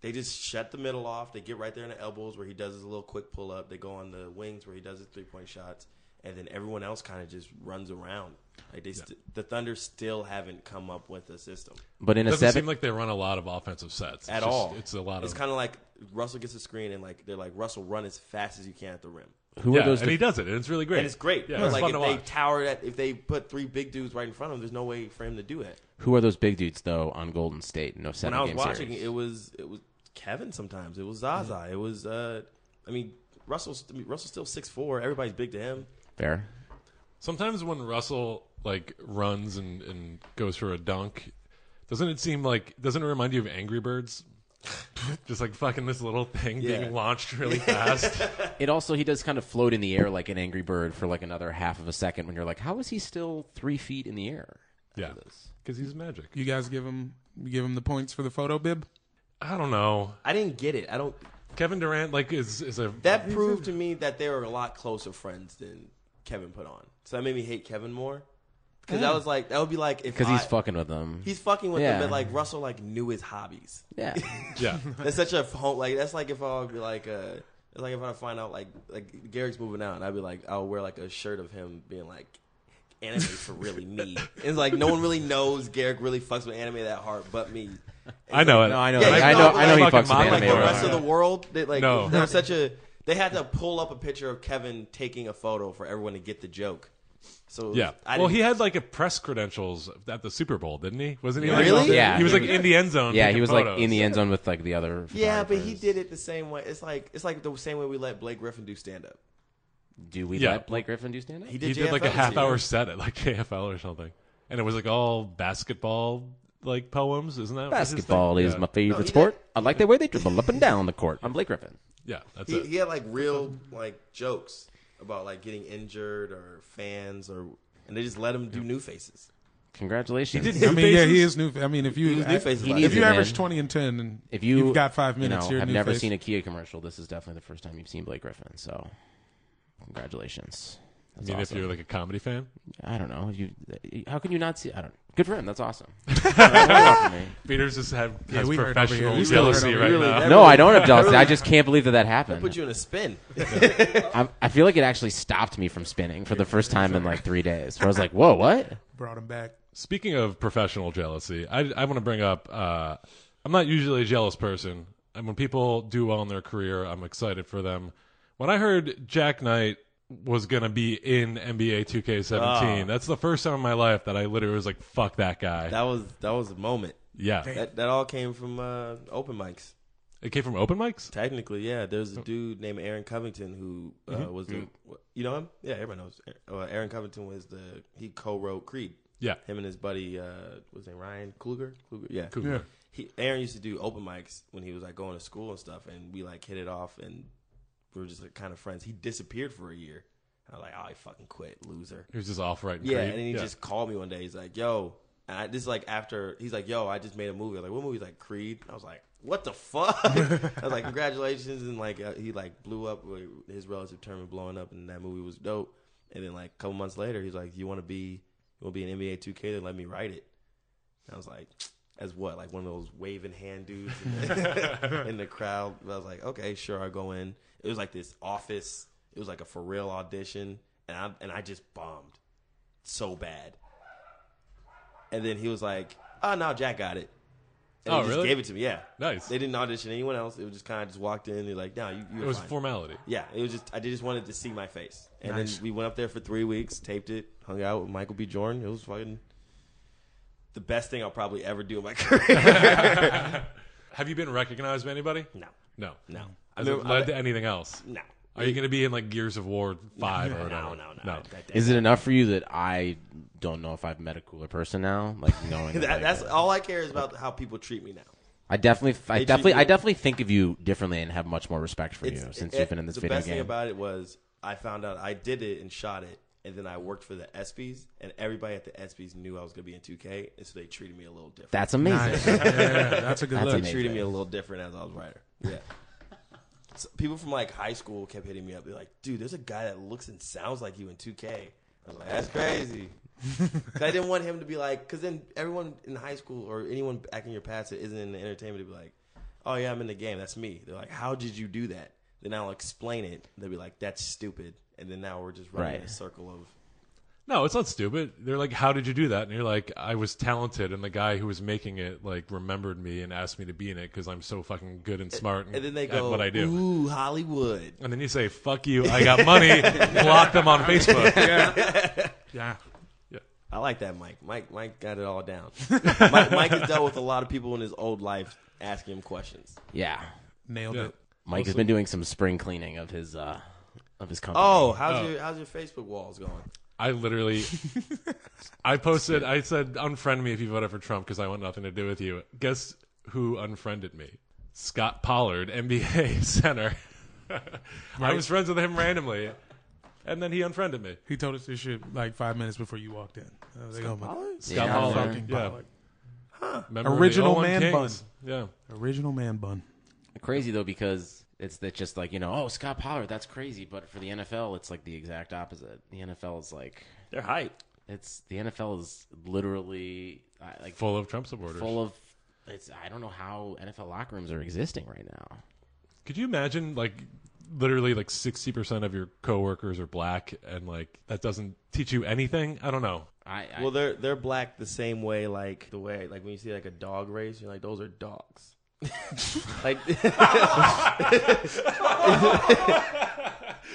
F: They just shut the middle off. They get right there in the elbows where he does his little quick pull up. They go on the wings where he does his three point shots, and then everyone else kind of just runs around. Like they, st- the Thunder still haven't come up with a system
C: But in a
D: Doesn't
C: seven,
D: seem like they run a lot of offensive sets It's
F: at
D: just-
F: all.
D: It's a lot of.
F: It's kind of like Russell gets a screen and like they're like Russell run as fast as you can at the rim,
C: who
D: yeah,
C: are those?
D: and
C: def-
D: he does it, and it's really great.
F: and it's great.
D: Yeah,
F: but
D: it's
F: like
D: fun
F: if
D: to
F: they
D: watch.
F: tower that, if they put three big dudes right in front of him, there's no way for him to do it.
C: who are those big dudes though on Golden State? No
F: When
C: seven
F: I was
C: game
F: watching,
C: series.
F: it was it was Kevin. Sometimes it was Zaza. It was uh, I mean Russell's I mean, Russell's still six four. Everybody's big to him.
C: Fair.
D: Sometimes when Russell like runs and, and goes for a dunk, doesn't it seem like doesn't it remind you of Angry Birds? [laughs] Just like fucking this little thing
F: Yeah.
D: being launched
F: [laughs]
D: really fast.
C: It also he does kind of float in the air like an angry bird for like another half of a second when you're like, how is he still three feet in the air?
D: yeah, because he's magic.
A: You guys give him you give him the points for the photo bib.
D: I don't know.
F: I didn't get it. I don't.
D: Kevin Durant like is is a
F: That proved to me that they were a lot closer friends than Kevin put on. So that made me hate Kevin more. Because I was like, that would be like if
C: Because he's
F: I-
C: fucking with them.
F: He's fucking with
C: Yeah.
F: them, but like Russell like knew his hobbies.
C: yeah.
F: [laughs]
D: yeah.
F: That's such a home like that's like if I would be like uh it's like if I find out like like Garrick's moving out and I'd be like I'll wear like a shirt of him being like anime
C: [laughs]
F: for really me. It's like no one really knows Garrick really fucks with anime that hard but me.
D: I know it.
C: No, I know.
F: Yeah,
C: that-
F: you
C: I
F: know,
C: know.
F: but
C: I know.
F: like
C: He
D: fucking
C: fucks
D: mom,
C: with
F: Like
C: anime.
F: the
D: Anyway.
F: rest of the world, they, like
D: No.
F: there was such a they had to pull up a picture of Kevin taking a photo for everyone to get the joke. So it was-
D: Yeah.
F: I
D: well,
F: didn't-
D: he had like a press credentials at the Super Bowl, didn't he? Wasn't he? Like,
F: Really?
C: Yeah.
D: He was like in the end zone.
C: yeah, he
D: taking
C: was like
D: photos.
C: in the end zone with like the other.
F: Yeah, but he
C: photographers.
F: did it the same way. It's like it's like the same way we let Blake Griffin do stand up.
C: Do we
D: Yeah.
C: let Blake Griffin do stand up?
F: He did,
D: He did like a
F: JFL this
D: half
F: year.
D: hour set at like [laughs] KFL or something, and it was like all basketball like poems, isn't that? what's his thing?
C: Basketball is
D: yeah.
C: my favorite
F: No, he
C: sport. I like the way they dribble up and down the court. I'm Blake Griffin.
D: Yeah, that's
F: He,
D: it.
F: he had like real [laughs] like jokes about like getting injured or fans or and they just let him do new faces.
C: Congratulations.
D: He did
A: I
D: New
A: mean, yeah, he
D: faces?
A: is new. I mean, if
F: He
A: you
F: was new faces.
C: he
F: last
C: needs
A: if
F: year.
A: you
C: it,
A: average
C: man.
A: twenty and ten, and
C: if you
A: have got five minutes,
C: you know,
A: are
C: have
A: new
C: never
A: face.
C: seen a Kia commercial. This is definitely the first time you've seen Blake Griffin. So, congratulations.
D: I
C: That's
D: mean, if
C: awesome.
D: you're like a comedy fan,
C: I don't know. You, how can you not see? I don't. Good for him. That's awesome. Good for me.
D: Peter's just have
A: Yeah,
D: has
A: we heard over here.
D: professional
A: We still heard
D: jealousy
A: over
D: right
A: here.
D: now.
F: Really?
C: No, I don't have jealousy. I just can't believe that that happened.
F: Put you in a [laughs] spin.
C: I, I feel like it actually stopped me from spinning for the first time in like three days. Where I was like, "Whoa, what?"
A: brought him back.
D: Speaking of professional jealousy, I, I want to bring up. Uh, I'm not usually a jealous person, and when people do well in their career, I'm excited for them. When I heard Jack Knight was gonna be in NBA 2K17, that's the first time in my life that I literally was like, "Fuck that guy."
F: Ah. That was that was a moment.
D: yeah,
F: That that all came from uh, open mics.
D: it came from open mics.
F: Technically, yeah. There's a dude named Aaron Covington who Mm-hmm. uh, was the you know him? Yeah, everyone knows. Uh, Aaron Covington was the he co-wrote Creed.
D: Yeah.
F: Him and his buddy, uh, what's his name, Ryan Kluger? Kluger, yeah.
D: Cougar.
A: Yeah.
F: He, Aaron used to do open mics when he was like going to school and stuff, and we like hit it off, and we were just like kind of friends. He disappeared for a year. I was like, oh, he fucking quit, loser.
D: He was just off right.
F: Yeah, and then he just called me one day. He's like, "Yo," and I, this is like after he's like, "Yo, I just made a movie." I'm like, what movie? He's like, "Creed." I was like, "What the fuck?" [laughs] I was like, "Congratulations!" And like, uh, he like blew up. like, His relative term blowing up, and that movie was dope. And then like a couple months later, he's like, "You want to be, you want to be an NBA 2K? Then let me write it." And I was like, "As what? Like one of those waving hand dudes in the, [laughs] in the crowd?" But I was like, "Okay, sure, I'll go in." It was like this office. It was like a for real audition, and I and I just bombed so bad. And then he was like, "Oh no, Jack got it." And
D: Oh,
F: he just
D: really?
F: gave it to me. Yeah,
D: Nice.
F: They didn't audition anyone else. It was just kind of just walked in. They're like, "No, you." You're
D: it was a
F: fine."
D: formality.
F: Yeah, it was just I just wanted to see my face, and
A: Nice.
F: then we went up there for three weeks, taped it, hung out with Michael B. Jordan. It was fucking the best thing I'll probably ever do in
D: [laughs]
F: my [laughs] career.
D: Have you been recognized by anybody?
F: no,
D: No.
F: no, I
D: Has it
F: mean,
D: led
F: I-
D: to anything else?
F: no,
D: Are you going to be in like Gears of War Five or
F: no,
D: whatever?
F: no, no, no. That- that-
C: Is it enough for you that I don't know if I've met a cooler person now? Like
F: [laughs]
C: knowing that,
F: that-
C: like,
F: that's all I care is about how people treat me now.
C: I definitely, I
F: They treat
C: definitely, I
F: you-
C: definitely think of you differently and have much more respect for you since
F: it-
C: you've been in this
F: eh, the
C: video
F: best thing
C: game.
F: about it was I found out I did it and shot it, and then I worked for the ESPYS, and everybody at the ESPYS knew I was going to be in 2K, and so they treated me a little different.
C: that's amazing.
A: yeah, that's a good
C: That's
A: look.
F: they
C: amazing.
F: treated me a little different as I was a writer. Yeah. [laughs] So people from like high school kept hitting me up. They're like, "Dude, there's a guy that looks and sounds like you in 2K." I was like, "That's crazy." 'Cause I didn't want him to be like, because then everyone in high school or anyone back in your past that isn't in the entertainment to be like, "Oh yeah, I'm in the game. That's me." They're like, "How did you do that?" Then I'll explain it. They'll be like, "That's stupid." And then now we're just running in
C: Right.
F: a circle of
D: No, it's not stupid. They're like, "How did you do that?" And you're like, "I was talented, and the guy who was making it like remembered me and asked me to be in it because I'm so fucking good and smart."
F: and then they go,
D: at what I do,
F: "Ooh, Hollywood."
D: and then you say, "Fuck you, I got
F: [laughs]
D: money." block them on Facebook.
A: Yeah.
F: I like that Mike. Mike Mike got it all [laughs] down. Mike, Mike has dealt with a lot of people in his old life asking him questions.
C: yeah,
A: Nailed
D: Yeah.
A: it.
C: Mike has been doing some spring cleaning of his uh of his company.
F: Oh, how's your how's your Facebook walls going?
D: I literally, I posted, I said, "Unfriend me if you voted for Trump because I want nothing to do with you." Guess who unfriended me? Scott Pollard, NBA [laughs] center. I was friends with him randomly, and then he unfriended me.
A: He told us this shit like five minutes before you walked in. I was like, oh, my-
D: Scott
C: Yeah,
D: Pollard,
A: fucking
D: yeah.
A: Pollard.
D: Member of the
A: Original
D: 01
A: man
D: Kings. Yeah.
A: Original man bun.
C: crazy though because it's that just like you know, oh Scott Pollard, that's crazy. But for the NFL, it's like the exact opposite. The NFL is like
F: They're hype.
C: it's the NFL is literally uh, like full,
D: full of Trump supporters.
C: of it's. I don't know how NFL locker rooms are existing right now.
D: Could you imagine like literally like 60% of your coworkers are black and like that doesn't teach you anything? I don't know.
C: I, I
F: Well, they're they're black the same way like the way like when you see like a dog race, you're like those are [laughs] dogs. like [laughs]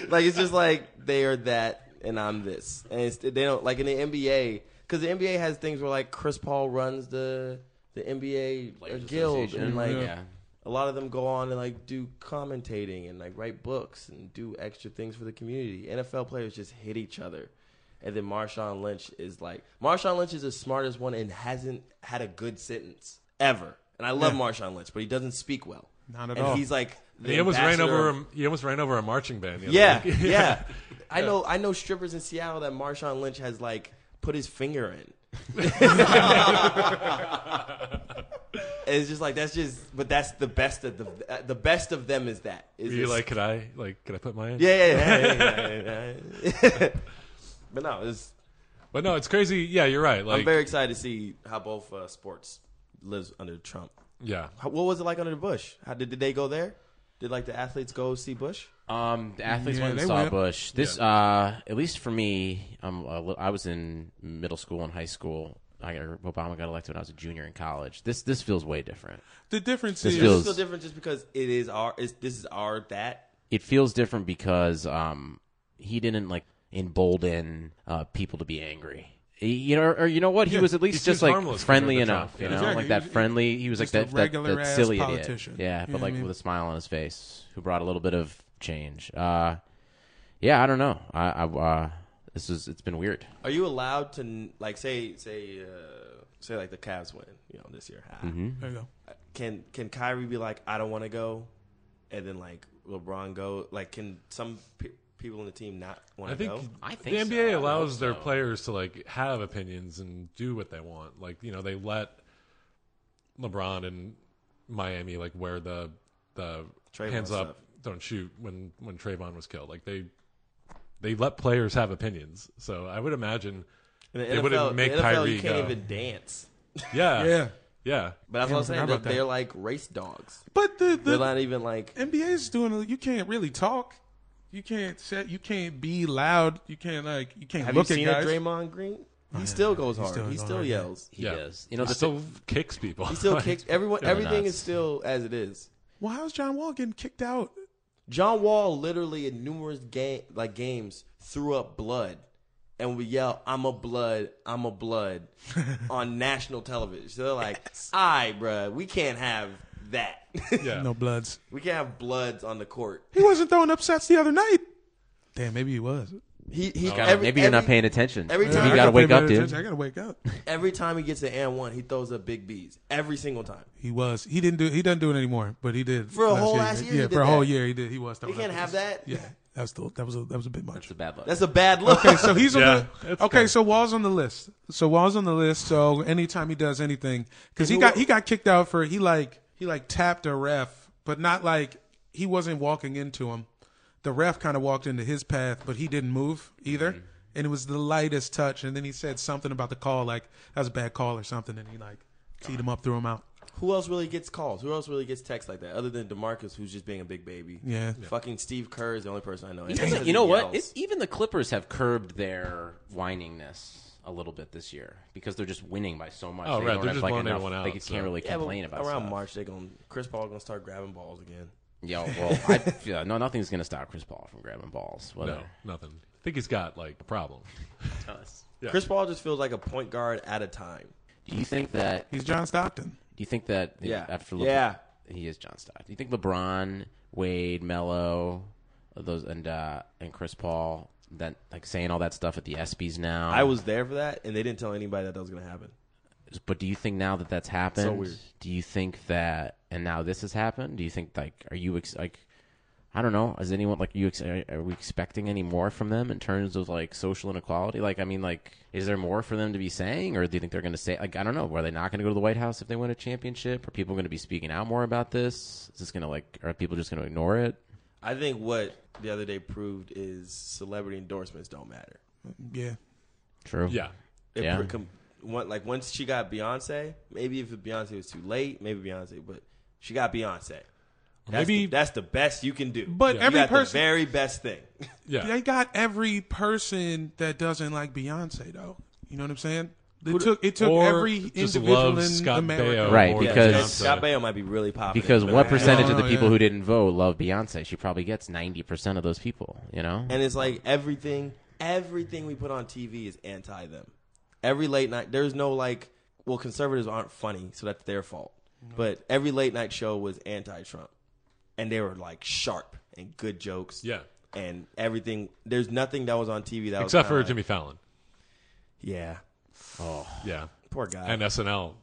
F: like it's just like they are that and I'm this. And it's, they don't like in the NBA cuz the NBA has things where like Chris Paul runs the the NBA
C: Players
F: guild
C: Association.
F: and like
C: yeah.
F: a lot of them go on and like do commentating and like write books and do extra things for the community. NFL players just hit each other. And then Marshawn Lynch is like Marshawn Lynch is the smartest one and hasn't had a good sentence ever. And I love Marshawn Lynch, but he doesn't speak well.
A: Not at
F: and
A: all.
F: He's like the
D: He almost ran
F: ambassador
D: over
F: of-
D: a, he almost ran over a marching band. the other
F: Yeah,
D: week. [laughs]
F: yeah. [laughs] I know I know strippers in Seattle that Marshawn Lynch has like put his finger in.
D: [laughs]
F: And it's just like that's just but that's the best of the uh, the best of them is that. Is
D: Were you
F: this-
D: like, could I like could I put mine? in?
F: yeah, yeah, yeah, yeah, yeah, yeah, [laughs] yeah. But no, it's
D: But no, it's crazy. Yeah, you're right.
F: I'm
D: Like
F: very excited to see how both uh, sports lives under Trump.
D: yeah.
F: How, what was it like under Bush? How did, did they go there? Did like the athletes go see Bush?
C: Um, the athletes
A: Yeah,
C: went
A: they
C: and saw
A: went.
C: Bush. This, uh, at least for me, um, a li- I was in middle school and high school. I, Obama got elected when I was a junior in college. This this feels way different.
A: The difference
C: This
A: is
F: It's
C: feels-
F: still different just because it is our. It's, this is our that.
C: It feels different because um, he didn't like embolden uh, people to be angry. He- You know, or you know what? He was at least
D: he's
C: just
D: just
C: like
D: harmless
C: friendly
D: compared to
C: enough.
D: Trump.
C: You
D: Yeah.
C: know,
A: Exactly.
C: like that
A: He was-
C: friendly. He was like
A: just a
C: that, that,
A: regular
C: that
A: ass
C: silly
A: politician.
C: idiot. Yeah,
A: You know
C: but
A: what I
C: like
A: mean?
C: with a smile on his face, who brought a little bit of change. Uh, yeah, I don't know. I, I uh, This is it's been weird.
F: Are you allowed to n- like say say uh, say like the Cavs win, you know, this year? Ah.
A: There you go.
F: Can can Kyrie be like, I don't want to go, and then like LeBron go? Like, can some pe- people in the team not
D: I
F: want to
D: think,
F: go?
C: I think so.
D: the NBA
C: I
D: allows
C: hope
D: their
C: so.
D: players to like have opinions and do what they want. Like you know, they let LeBron and Miami like wear the the
F: Trayvon
D: hands up,
F: stuff.
D: don't shoot when when Trayvon was killed. Like they they let players have opinions. So I would imagine,
F: In the
D: They wouldn't
F: NFL
D: make
F: in the NFL,
D: Kyrie
F: You can't
D: go.
F: even dance.
D: yeah,
A: Yeah,
D: yeah.
A: Yeah, I
F: But that's what I'm
A: forgot
F: saying. They're,
A: about that.
F: they're like race dogs.
A: but the the
F: They're not even like.
A: NBA's doing. You can't really talk. You can't set. You can't be loud. You can't like. You can't
F: Have
A: look
F: you seen
A: at guys. Oh,
F: a Draymond Green? He still goes hard.
A: still
F: he
A: going
F: still
A: hard, yeah.
F: yells.
C: He
D: Yeah.
C: does. You know,
D: He
C: the
D: still kicks people.
A: [laughs]
D: [laughs]
F: He still kicks. Everyone, everything
C: nuts.
F: is still as it is.
A: Well, how's John Wall getting kicked out?
F: John Wall literally in numerous game like games threw up blood and would yell, "I'm a blood, I'm a blood," on national television. So they're like, "Aye, bruh, we can't have that.
D: Yeah.
A: No bloods.
F: we can't have bloods on the court."
A: He wasn't throwing up shots the other night. Damn, maybe he was.
F: He, he
D: Okay.
F: every,
C: maybe you're not
F: every-
C: paying attention.
F: every
C: Maybe
F: time-
C: you
A: I
C: gotta
A: pay
C: wake up,
A: better attention.
C: dude.
A: I gotta wake up.
F: Every time he gets an and one, he throws up big B's every single time.
A: He was. He didn't do. He doesn't do it anymore. But he did
F: For a whole
A: year.
F: last year,
A: Yeah,
F: he
A: for
F: did
A: a whole
F: that.
A: year, he did. He was.
F: He can't have that.
A: Yeah, that was the, that was a, that was a bit much.
C: It's a bad luck.
F: That's a bad look.
A: Okay, so he's on
D: Yeah,
A: the
D: that's
A: okay.
D: fair.
A: So Wall's on the list. So Wall's on the list. So anytime he does anything, because he got he got kicked out for he like he like tapped a ref, but not like he wasn't walking into him. The ref kind of walked into his path, but he didn't move either, and it was the lightest touch. And then he said something about the call, like that was a bad call or something, and he like teed him up, threw him out.
F: [laughs] Who else really gets calls? Who else really gets texts like that? Other than Demarcus, who's just being a big baby.
A: Yeah.
F: Fucking Steve Kerr is the only person I know. And
C: Even
F: that's
C: the-
F: because
C: you know
F: he
C: what?
F: yells.
C: It, even the Clippers have curbed their whiningness a little bit this year because they're just winning by so much.
D: Oh,
C: they
D: right,
C: don't
D: they're
C: have,
D: just
C: like,
D: blowing
C: enough-
D: everyone out,
C: They can't
D: so.
C: really
F: Yeah, but
C: complain about
F: around
C: stuff.
F: March they going Chris Paul gonna start grabbing balls again.
C: Yeah, well, I, [laughs] yeah, no, nothing's gonna stop Chris Paul from grabbing balls. Whether
D: No, nothing. I think he's got like a problem. Yeah.
F: Chris Paul just feels like a point guard at a time.
C: do you think that? Do
A: He's John Stockton.
C: you think that?
F: Yeah.
C: After LeBron,
F: Yeah.
C: he is John Stockton. Do you think LeBron, Wade, Mello, those and uh, and Chris Paul, that like saying all that stuff at the ESPYS now?
F: I was there for that, and they didn't tell anybody that that was gonna happen.
C: But do you think now that that's happened?
F: weird.
C: Do you think that and now this has happened? Do you think like are you ex- like I don't know. Is anyone like you? Ex- are we expecting any more from them in terms of like social inequality? Like, I mean, like, is there more for them to be saying, or do you think they're going to say like I don't know? Are they not going to go to the White House if they win a championship? Are people going to be speaking out more about this? Is this going to like are people just going to ignore it?
F: I think what the other day proved is celebrity endorsements don't matter.
A: Yeah,
C: True.
D: Yeah,
F: It
C: Yeah.
F: pre- com- one- like once she got Beyonce, maybe if Beyonce was too late, maybe Beyonce, but she got Beyonce. That's
D: Maybe-
F: the, that's the best you can do.
A: But
F: You
A: every
F: got
A: person-
F: the very best thing.
D: yeah.
A: they got every person that doesn't like Beyonce though. You know what I'm saying? It took it took
D: or
A: every
D: just
A: individual
D: loves
A: in
D: Scott
A: America.
D: Baio
C: Right,
D: more than
C: because-
D: Beyonce.
F: Because Scott Baio might be really popular
C: Because
F: but
C: what
F: I-
C: percentage of
A: No,
C: the
A: no,
C: people
A: yeah.
C: who didn't vote love Beyonce? She probably gets ninety percent of those people. You know.
F: And it's like everything, everything we put on TV is anti them. Every late night, there's no like, well, conservatives aren't funny, so that's their fault. But every late night show was anti Trump. And they were like sharp and good jokes.
D: Yeah.
F: And everything, there's nothing that was on TV that was.
D: except for
F: kinda
D: Jimmy Fallon.
F: like- Yeah.
D: Yeah,
F: Poor guy.
D: and SNL.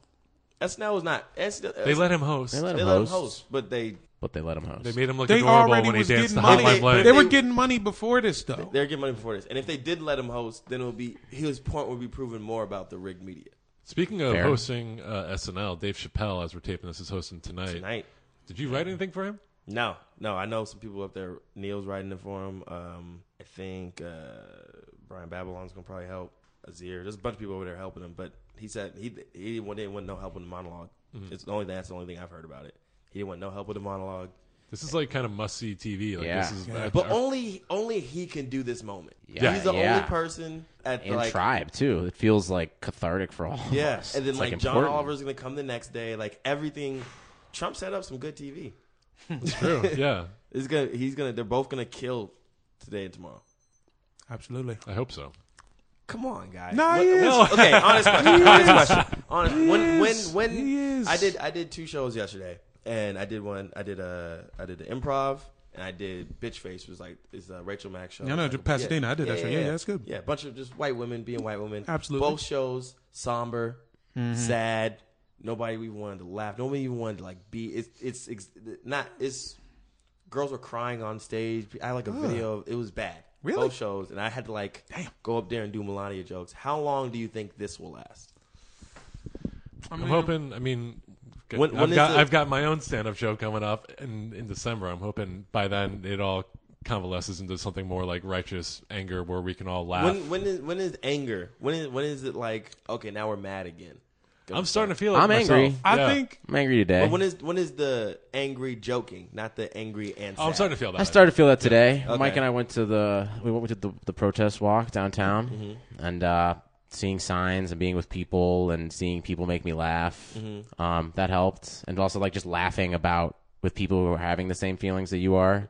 F: SNL was not. SNL,
D: They let him host.
C: they let
F: they
C: him
F: let him
C: host,
F: host, but they,
C: but they let him host.
D: They made him look
A: They
D: adorable
A: already
D: when he
A: was
D: danced the
A: getting money.
D: hotline
F: But
D: bling.
A: They
F: They-
A: were getting money before this though.
F: they're getting money before this. And if they did let him host, then it would be, his point would be proven more about the rigged media.
D: Speaking of
C: Fair.
D: hosting uh, SNL, Dave Chappelle, as we're taping this, is hosting tonight.
F: Tonight.
D: Did you write anything for him?
F: No, no, I know some people up there. Neil's writing it for him. Um, I think uh, Brian Babylon's gonna probably help. Azir, there's a bunch of people over there helping him, but he said he he didn't want, didn't want no help with the monolog
C: Mm-hmm.
F: It's the only that's the only thing I've heard about it. He didn't want no help with the monologue,
D: This is like kind of must see TV. Like
C: Yeah.
D: this is, I-
F: but
D: I-
F: only only he can do this moment.
C: Yeah,
F: he's the
C: yeah.
F: only person at the
C: and
F: like
C: tribe too. It feels like cathartic for all. of
F: yeah,
C: us.
F: and then
C: It's,
F: like, John
C: important.
F: Oliver's gonna come the next day. Like everything, [sighs] Trump set up some good TV.
D: it's true. Yeah,
F: It's gonna he's gonna they're both gonna kill today and tomorrow.
A: Absolutely.
D: I hope so.
F: Come on, guys.
A: No,
F: What-
A: he is.
F: what- Okay, honest question. honest question. Honest. When when
A: is.
F: when
A: He is.
F: I uh, did I did two shows yesterday, and I did one. I did a I did an improv, and I did bitch face was like is uh, Rachel Mack show.
A: Yeah, I know,
F: It's like a-
A: Pasadena, I did that show. Yeah, yeah, it's good.
F: Yeah, a bunch of just white women being white women.
A: Absolutely. Mm-hmm.
F: both shows somber, sad. Nobody even wanted to laugh. Nobody even wanted to like be. It's it's ex- not. It's girls were crying on stage. I had like a video. Of, it was bad.
A: Really?
F: Both shows, and I had to like go up there and do Melania jokes. How long do you think this will last?
D: I'm hoping. I mean,
F: When-
D: I've
F: when is
D: got
F: the-
D: I've got my own stand-up show coming up in in December. I'm hoping by then it all convalesces into something more like righteous anger, where we can all laugh.
F: When when is when is anger? When is when is it like okay now we're mad again?
D: I'm starting to feel. It
C: I'm
D: myself.
C: angry.
A: I
D: Yeah.
A: think
C: I'm angry today.
F: But when is when is the angry joking, not the angry and?
D: Oh, I'm
F: sad?
D: starting to feel that.
C: I started to feel that today.
F: Okay.
C: Mike and I went to the we went to the, the protest walk downtown, and uh, seeing signs and being with people and seeing people make me laugh. Um, that helped, and also like just laughing about with people who are having the same feelings that you are,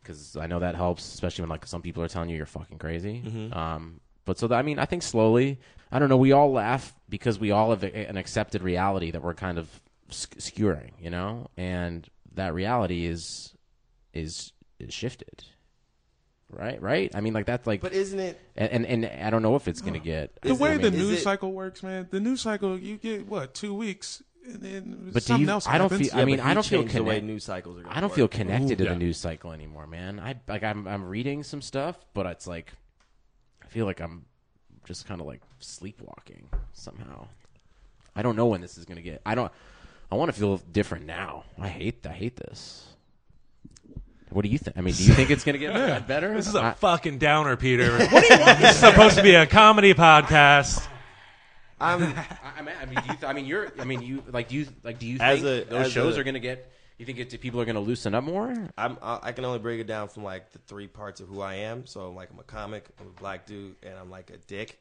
C: because I know that helps, especially when like some people are telling you you're fucking crazy. Um, but so that, I mean, I think slowly, I don't know. We all laugh because we all have a, an accepted reality that we're kind of sk- skewering, you know, and that reality is is, is shifted. Right, right. I mean, like that's like,
F: But isn't it?
C: and, and and I don't know if it's gonna get.
A: the way the
F: is
A: news
F: it-
A: cycle works, man. The news cycle, you get what two weeks, and then
C: But do
A: something
C: you-
A: else.
C: I don't
A: happens.
C: feel- I mean,
F: but
C: I
F: he
C: don't feel
F: changed the way
C: connect-
F: news cycles are. Gonna
C: I don't
F: work.
C: feel connected to
D: yeah.
C: the news cycle anymore, man. I like I'm I'm reading some stuff, but it's like I feel like I'm just kind of like sleepwalking somehow. I don't know when this is gonna get. I don't. I want to feel different now. I hate. I hate this. What do you think? I mean, do you think it's gonna
D: [laughs]
C: get better?
D: This is a fucking downer, Peter. [laughs] what do you want? This is supposed to be a comedy podcast.
C: [laughs]
F: I'm
C: I, I mean, I mean, do you th- I mean, you're. I mean, you like. Do you like? Do you
F: As
C: think
F: a-
C: those
F: as
C: shows
F: a-
C: are gonna get? You think it, people are gonna loosen up more?
F: I'm I I can only break it down from like the three parts of who I am. So I'm like I'm a comic, I'm a black dude, and I'm like a dick.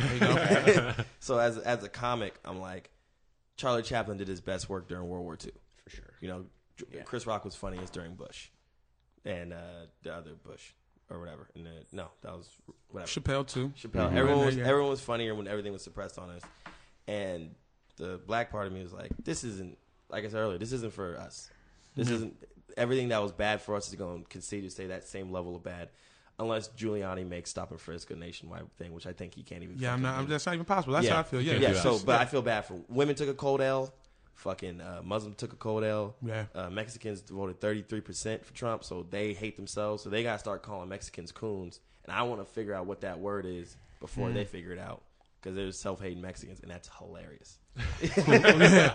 F: [laughs] so as as a comic, I'm like Charlie Chaplin did his best work during World War II. For sure. You know, J- Chris Rock was funniest during Bush, and uh, the other Bush or whatever. And uh, no, that was whatever.
A: Chappelle too. Mm-hmm.
F: Chappelle. Everyone was everyone was funnier when everything was suppressed on us, and the black part of me was like, "This isn't like I said earlier. This isn't for us. This isn't everything that was bad for us is going to continue to stay that same level of bad, unless Giuliani makes stop and frisk a nationwide thing, which I think he can't even.
A: Yeah, I'm
F: fucking
A: not. I'm,
F: do.
A: that's not even possible. That's
F: yeah.
A: how I feel. Yeah,
F: yeah.
D: do
F: So,
D: that.
F: but I feel bad for women took a cold L. Fucking uh, Muslim took a cold L.
A: Yeah.
F: Uh, Mexicans voted 33% for Trump, so they hate themselves. So they got to start calling Mexicans coons. And I want to figure out what that word is before
A: Mm.
F: they figure it out because there's self hating Mexicans, and that's hilarious. And then-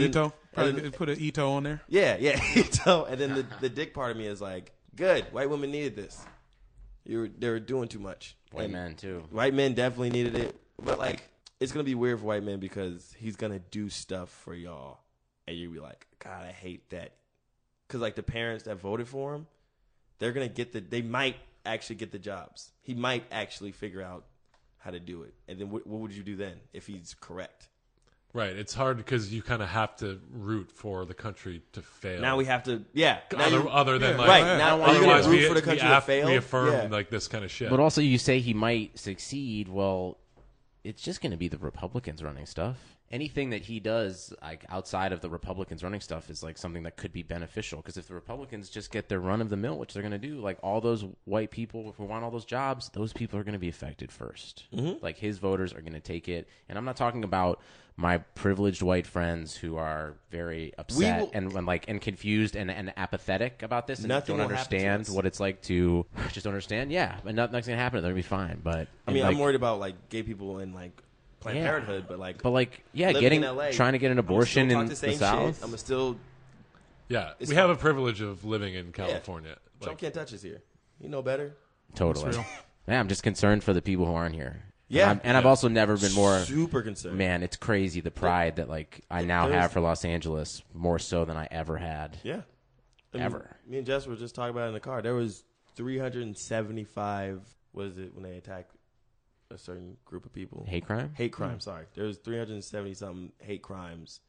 A: Ito. Probably
F: and then-
A: put an Ito on there.
F: yeah, [laughs] yeah. so, and then the, the dick part of me is like, good, white women needed this. You were, they were doing too much.
C: White
F: And-
C: men too.
F: White men definitely needed it, but like it's gonna be weird for white men because he's gonna do stuff for y'all, and you'll be like, God, I hate that, because like the parents that voted for him, they're gonna get the, they might actually get the jobs. He might actually figure out how to do it, and then what, what would you do then if he's correct?
D: Right, it's hard because you kind of have to root for the country to
C: Oh.
D: fail.
F: Now we have to, yeah, now
D: other,
F: you-
D: other than like,
F: right
A: yeah.
F: now, are you gonna
D: otherwise
F: root
D: we,
F: for the
D: we
F: country to
D: aff-
F: fail?
D: we affirm
F: Yeah.
D: like this kind of shit.
C: But also, you say he might succeed. Well, it's just going to be the Republicans running stuff. Anything that he does, like outside of the Republicans running stuff, is like something that could be beneficial. Because if the Republicans just get their run of the mill, which they're going to do, like all those white people who want all those jobs, those people are going to be affected 1st
F: Mm-hmm.
C: Like his voters are going to take it. And I'm not talking about my privileged white friends who are very upset
F: will-
C: and, and like and confused and, and apathetic about this and
F: Nothing
C: don't
F: will happen to
C: understand
F: us.
C: what it's like to just don't understand. Yeah, but not, nothing's gonna happen. They're gonna be fine. But
F: I mean,
C: like,
F: I'm worried about like gay people and like Planned
C: Yeah.
F: Parenthood, but like,
C: But like, yeah,
F: living
C: getting
F: in LA,
C: trying to get an
F: I'ma still
C: abortion
F: talk
C: in
F: the
C: the,
F: same shit.
C: South.
F: I'ma still
D: yeah, we
F: It's
D: have a
F: fine.
D: privilege of living in California.
F: Trump
D: Like,
F: can't touch us here. You know better.
C: totally. Yeah, I'm just concerned for the people who aren't here. and,
F: Yeah.
C: I'm- and I've also never been more.
F: Super concerned.
C: Man, it's crazy the pride that like I now
F: There's-
C: have for Los Angeles more so than I ever had.
F: Yeah. I mean,
C: Ever.
F: Me and Jess were just talking about it in the car. There was 375. What is it when they attack a certain group of people?
C: Hate crime.
F: Hate crime. Sorry, there was 370 something hate crimes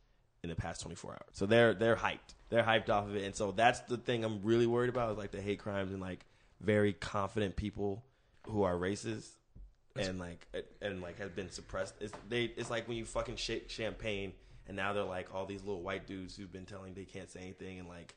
F: in the past 24 hours. So they're they're hyped. They're hyped off of it, and so that's the thing I'm really worried about is like the hate crimes and like very confident people who are racist and like and like have been suppressed. It's they. It's like when you fucking shake champagne, and now they're like all these little white dudes who've been telling they can't say anything and like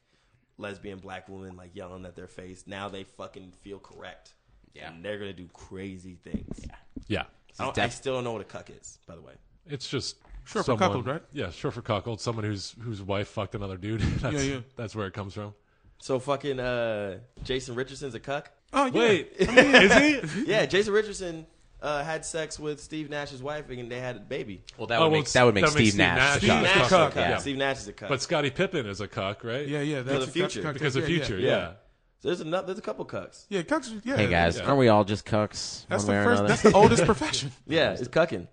F: lesbian black women like yelling at their face. Now they fucking feel correct.
C: Yeah.
F: And they're gonna do crazy things. Yeah.
D: Yeah.
F: I, don't, I
C: def-
F: still don't know what a cuck is, by the way.
D: It's just
A: Short for
D: someone-
A: cuckold, right?
D: Yeah, short for cuckold. Someone whose whose wife fucked another dude. [laughs] that's,
A: Yeah, yeah.
D: That's where it comes from.
F: So fucking uh, Jason Richardson's a cuck.
A: Oh yeah.
D: Wait, is he?
F: Yeah, Jason Richardson uh, had sex with Steve Nash's wife, and they had a baby.
C: Well, that
D: Oh,
C: would
D: well,
C: make that would make
D: that makes
C: Steve,
D: Steve
C: Nash.
D: Nash.
C: the
D: Steve
C: cuck.
D: Nash.
F: Nash is a
D: cuck,
F: cuck.
D: yeah.
F: Steve Nash is a cuck.
D: But Scottie Pippen is a cuck, right?
A: Yeah, yeah. That's
F: the future.
A: That's,
D: Because of
A: yeah,
D: future.
A: Yeah.
D: Yeah.
F: Yeah. So there's another. There's a couple cucks.
A: Yeah, cucks- yeah.
C: Hey guys,
D: Yeah.
C: aren't we all just cucks?
A: That's
C: one
A: the
C: way or
A: first.
C: another?
A: That's the
C: [laughs]
A: oldest
F: [laughs]
A: profession.
F: Yeah, it's cucking.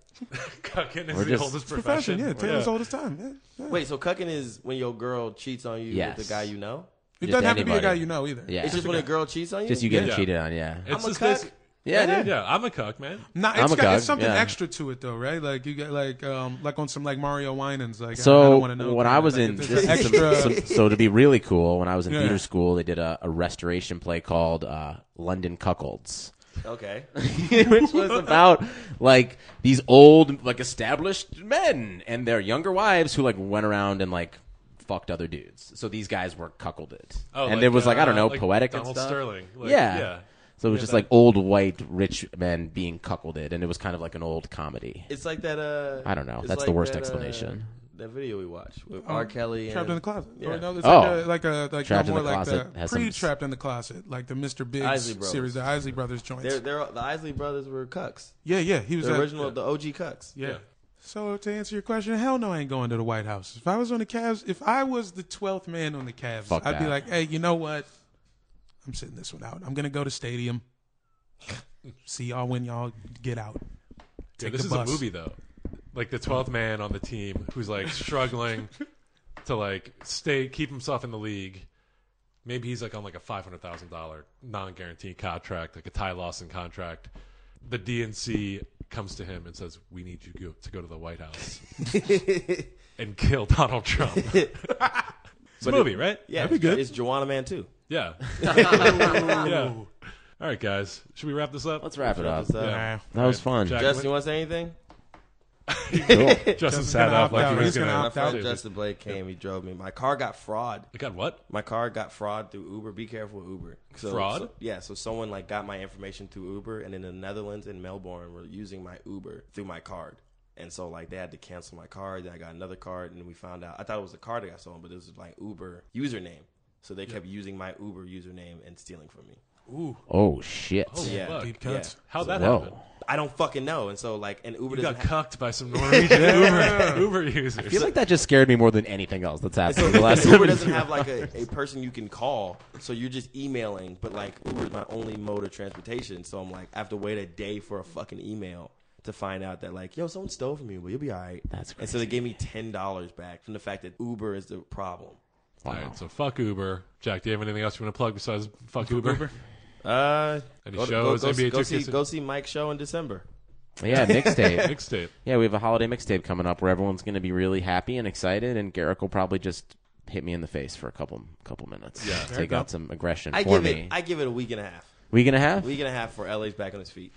D: Cucking is
C: We're
D: the
C: just-
D: oldest profession.
A: profession. Yeah, Taylor's oldest time. Yeah, yeah.
F: Wait, so cucking is when your girl cheats on you
C: Yes.
F: with the guy you know?
A: It
C: Just
A: doesn't have to be a
C: anybody.
A: guy you know either.
C: yeah,
F: It's just when a girl cheats on you.
C: Just you getting
D: Yeah.
C: cheated on. Yeah,
D: It's
F: I'm a
D: just this-
F: cuck.
C: yeah,
D: yeah.
C: dude.
D: I'm a cuck, man.
A: Nah,
C: I'm
A: it's
C: a
A: got it's
C: guy,
A: something
C: yeah.
A: extra to it though, right? Like you get like um like on some like Mario Winans. Like I, I
C: So
A: don't want to know.
C: when
A: kinda,
C: I was
A: like,
C: in,
A: it's
C: this is some-
A: extra.
C: some- so to be really cool, when I was in
A: Yeah.
C: theater school, they did a, a restoration play called uh, London
D: [laughs]
C: Cuckolds, [laughs]
F: Okay.
C: which was about like these old, like established men and their younger wives who like went around and like fucked other dudes. So these guys were cuckolded, and
D: like,
C: it was like I don't
D: uh,
C: know,
D: like
C: poetic
D: Donald
C: and stuff.
D: Sterling. Like,
C: yeah.
D: yeah.
C: So it was just
D: that-
C: like old white rich men being cuckolded, and it was kind of like an old comedy.
F: It's like that. Uh,
C: I don't know.
F: it's
C: That's the
F: like
C: worst
F: that, uh,
C: explanation.
F: that video we watched with R. Kelly.
A: Oh, um, trapped
F: and,
A: in the closet.
F: Yeah.
A: Or no, it's
C: Oh.
A: like a, like a like
C: Trapped in
A: more
C: the
A: like
C: Closet
A: the
C: has some-
A: pre-trapped in the closet, like the Mr. Big
F: Isley Brothers.
A: series, the Isley Brothers joints.
F: They're, they're, the Isley brothers were cucks.
A: yeah, yeah, he was
F: The
A: at-
F: original, the OG cucks.
A: Yeah.
D: Yeah.
A: So to answer your question, hell no, I ain't going to the White House. If I was on the Cavs, if I was the twelfth man on the Cavs,
C: Fuck
A: I'd be
C: that.
A: like, hey, you know what? I'm sitting this one out. I'm gonna go to stadium. [laughs] See y'all when y'all get out.
D: Yeah,
A: Take
D: this
A: the
D: is
A: bus.
D: a movie though. Like the twelfth man on the team who's
A: [laughs]
D: like struggling to like stay keep himself in the league. Maybe he's like on like a five hundred thousand dollar non guaranteed contract, like a Ty Lawson contract. The DNC comes to him and says, "We need you go- to go to the
A: [laughs]
D: White House and kill Donald Trump." it's a movie, right?
F: Yeah,
D: that'd be good.
F: It's Joanna Man too.
D: Yeah. yeah. All right, guys. Should we wrap this up?
C: Let's wrap it up.
F: It's, uh,
A: Nah.
C: That was fun.
D: Jack-
F: Justin, you want to say anything?
D: Justin
A: Justin's
D: sat
A: gonna
D: up
A: opt
D: like
A: out.
D: he was
A: He's
D: going
A: gonna
D: to
F: My
A: opt out.
F: friend Justin Blake came. He drove me. My car got fraud.
D: It got what?
F: My car got fraud through Uber. Be careful with Uber. So,
D: Fraud?
F: so- yeah. So someone like got my information through Uber, and in the Netherlands in Melbourne were using my Uber through my card, and so like they had to cancel my card. Then I got another card, and we found out I thought it was the card that got stolen, but it was my Uber username. So they kept using my Uber username and stealing from me.
C: Oh shit!
D: Oh,
F: Yeah.
D: fuck.
A: Deep cuts.
D: How'd that
C: Whoa.
D: happen?
F: I don't fucking know. And so like, and Uber
D: You
F: doesn't
D: got
F: have-
D: cucked by some [laughs] Norwegian Uber, Uber users.
C: I feel like that just scared me more than anything else that's
F: [laughs]
C: happened over the last
F: Uber
C: seven
F: doesn't have like a, a person you can call, so you're just emailing. But like Uber is my only mode of transportation, so I'm like I have to wait a day for a fucking email to find out that like yo someone stole from you, but you'll be all right.
C: That's
F: And so they gave me ten dollars back from the fact that Uber is the problem.
D: All right, so fuck Uber. Jack, do you have anything else you want to plug besides fuck Uber?
F: Uh,
D: Any
F: go, to-
D: shows?
F: go, go,
D: NBA
F: go see
D: 2K
F: go see Mike's show in December.
C: Yeah, mixtape.
D: [laughs] mixtape.
C: yeah, we have a holiday mixtape coming up where everyone's going to be really happy and excited, and Garrick will probably just hit me in the face for a couple couple minutes. Yeah, take out some aggression
F: I
C: for
F: give
C: me.
F: it I give it a week and a half.
C: we gonna have?
F: Week and a half for LA's back on his feet.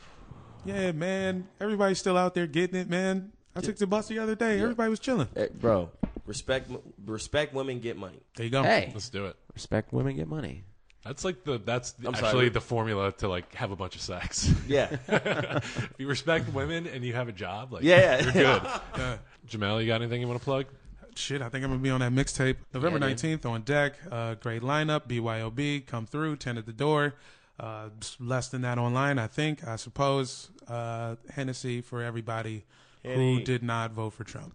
A: Yeah, man. Everybody's still out there getting it, man. I took the bus the other day. Everybody was chilling.
C: Eh,
F: bro, respect respect women,
C: [laughs]
F: get money.
A: There you go.
C: hey,
D: Let's do it.
C: respect women, get money.
D: That's like the that's the-
F: I'm
D: actually
F: sorry.
D: the formula to like have a bunch
C: [laughs]
D: of sex.
F: Yeah,
D: if you respect women and you have a job, like
F: yeah,
D: you're good. Jamel, you got anything you want to plug?
A: Shit, I think I'm gonna be on that mixtape November
C: Yeah, dude.
A: nineteenth on deck. Uh, great lineup, BYOB, come through, ten at the door. Uh, s- less than that online, I think. I suppose uh, Hennessy for everybody who did not vote for Trump.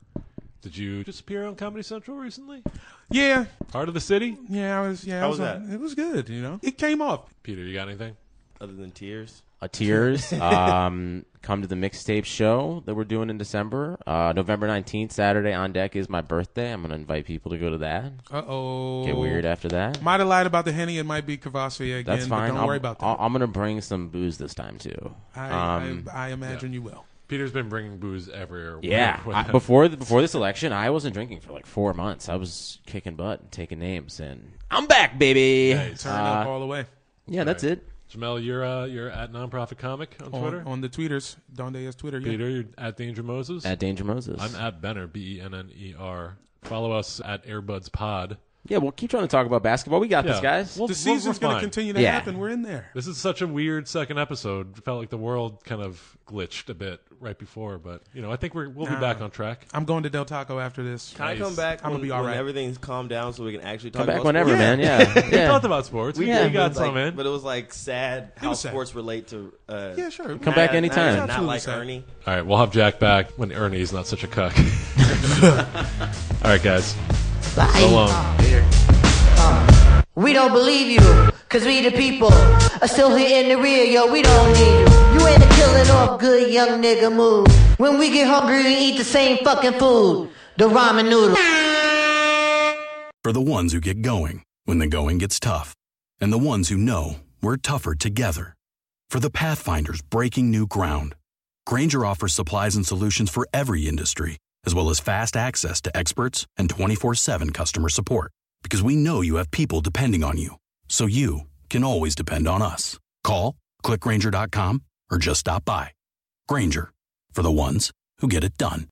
D: Did you just appear on Comedy Central recently?
A: Yeah,
D: Part of the city.
A: yeah, I was. Yeah, I
F: How was
A: on- It was good. You know, it came off.
D: Peter, you got anything?
F: [laughs] Other than tears.
C: Uh, tears. um, come to the mixtape show that we're doing in December, uh, November nineteenth, Saturday on deck is my birthday. I'm gonna invite people to go to that.
A: Uh oh.
C: Get weird after that.
A: Might have lied about the henny. It might be Cavassier again.
C: That's fine.
A: But don't
C: I'm,
A: worry about that.
C: I- I'm gonna bring some booze this time too.
A: I,
C: Um,
A: I, I imagine you will.
D: Peter's been bringing booze everywhere. [laughs]
C: yeah,
D: Where-
C: I, before the, before this election, I wasn't drinking for like four months. I was kicking butt and taking names, and I'm back, baby. Uh,
D: Nice.
A: Turn up all the way
C: Yeah, that's it.
D: Jamel, you're uh, you're at nonprofit comic on, Twitter.
A: on, on the tweeters. Donde is Twitter. Yeah.
D: Peter, you're at Danger Moses.
C: At Danger Moses.
D: I'm at Benner, B E N N E R. Follow us at Airbuds Pod
C: Yeah, we'll keep trying to talk about basketball. We got this,
D: Yeah.
C: guys.
D: We'll-
A: The
D: we're-
A: season's
D: we're
A: going to
D: fine.
A: continue to
C: Yeah.
A: happen. We're in there.
D: This is such a weird second episode. Felt like the world kind of glitched a bit right before, but you know, I think we're, we'll be
A: Nah.
D: back on track.
A: I'm going to Del Taco after this.
F: Can I come back
A: I'm gonna
F: when,
A: be all
F: when
A: right.
F: everything's calmed down so we can actually talk
C: Come back
F: about
C: whenever,
F: sports?
C: man. Yeah,
D: We
C: yeah.
D: talked about sports. We,
C: Yeah.
D: we got
F: But, like-
D: some in.
F: But it was like sad how
A: was sad.
F: sports relate to. Uh,
A: Yeah, sure.
C: Come back
F: not-
C: anytime.
F: Not, not
A: Absolutely
F: like
A: sad.
F: Ernie.
D: All right, we'll have Jack back when Ernie's not such a cuck. [laughs] All right, guys. So long.
E: We don't believe you, cause we the people are still here in the rear, yo, we don't need you. You ain't a killing off good young nigga move. When we get hungry, we eat the same fucking food. The ramen noodle.
H: For the ones who get going when the going gets tough, and the ones who know we're tougher together. For the Pathfinders breaking new ground, Granger offers supplies and solutions for every industry, as well as fast access to experts and 24 7 customer support. Because we know you have people depending on you, so you can always depend on us. Call, clickgranger.com, or just stop by. Granger, for the ones who get it done.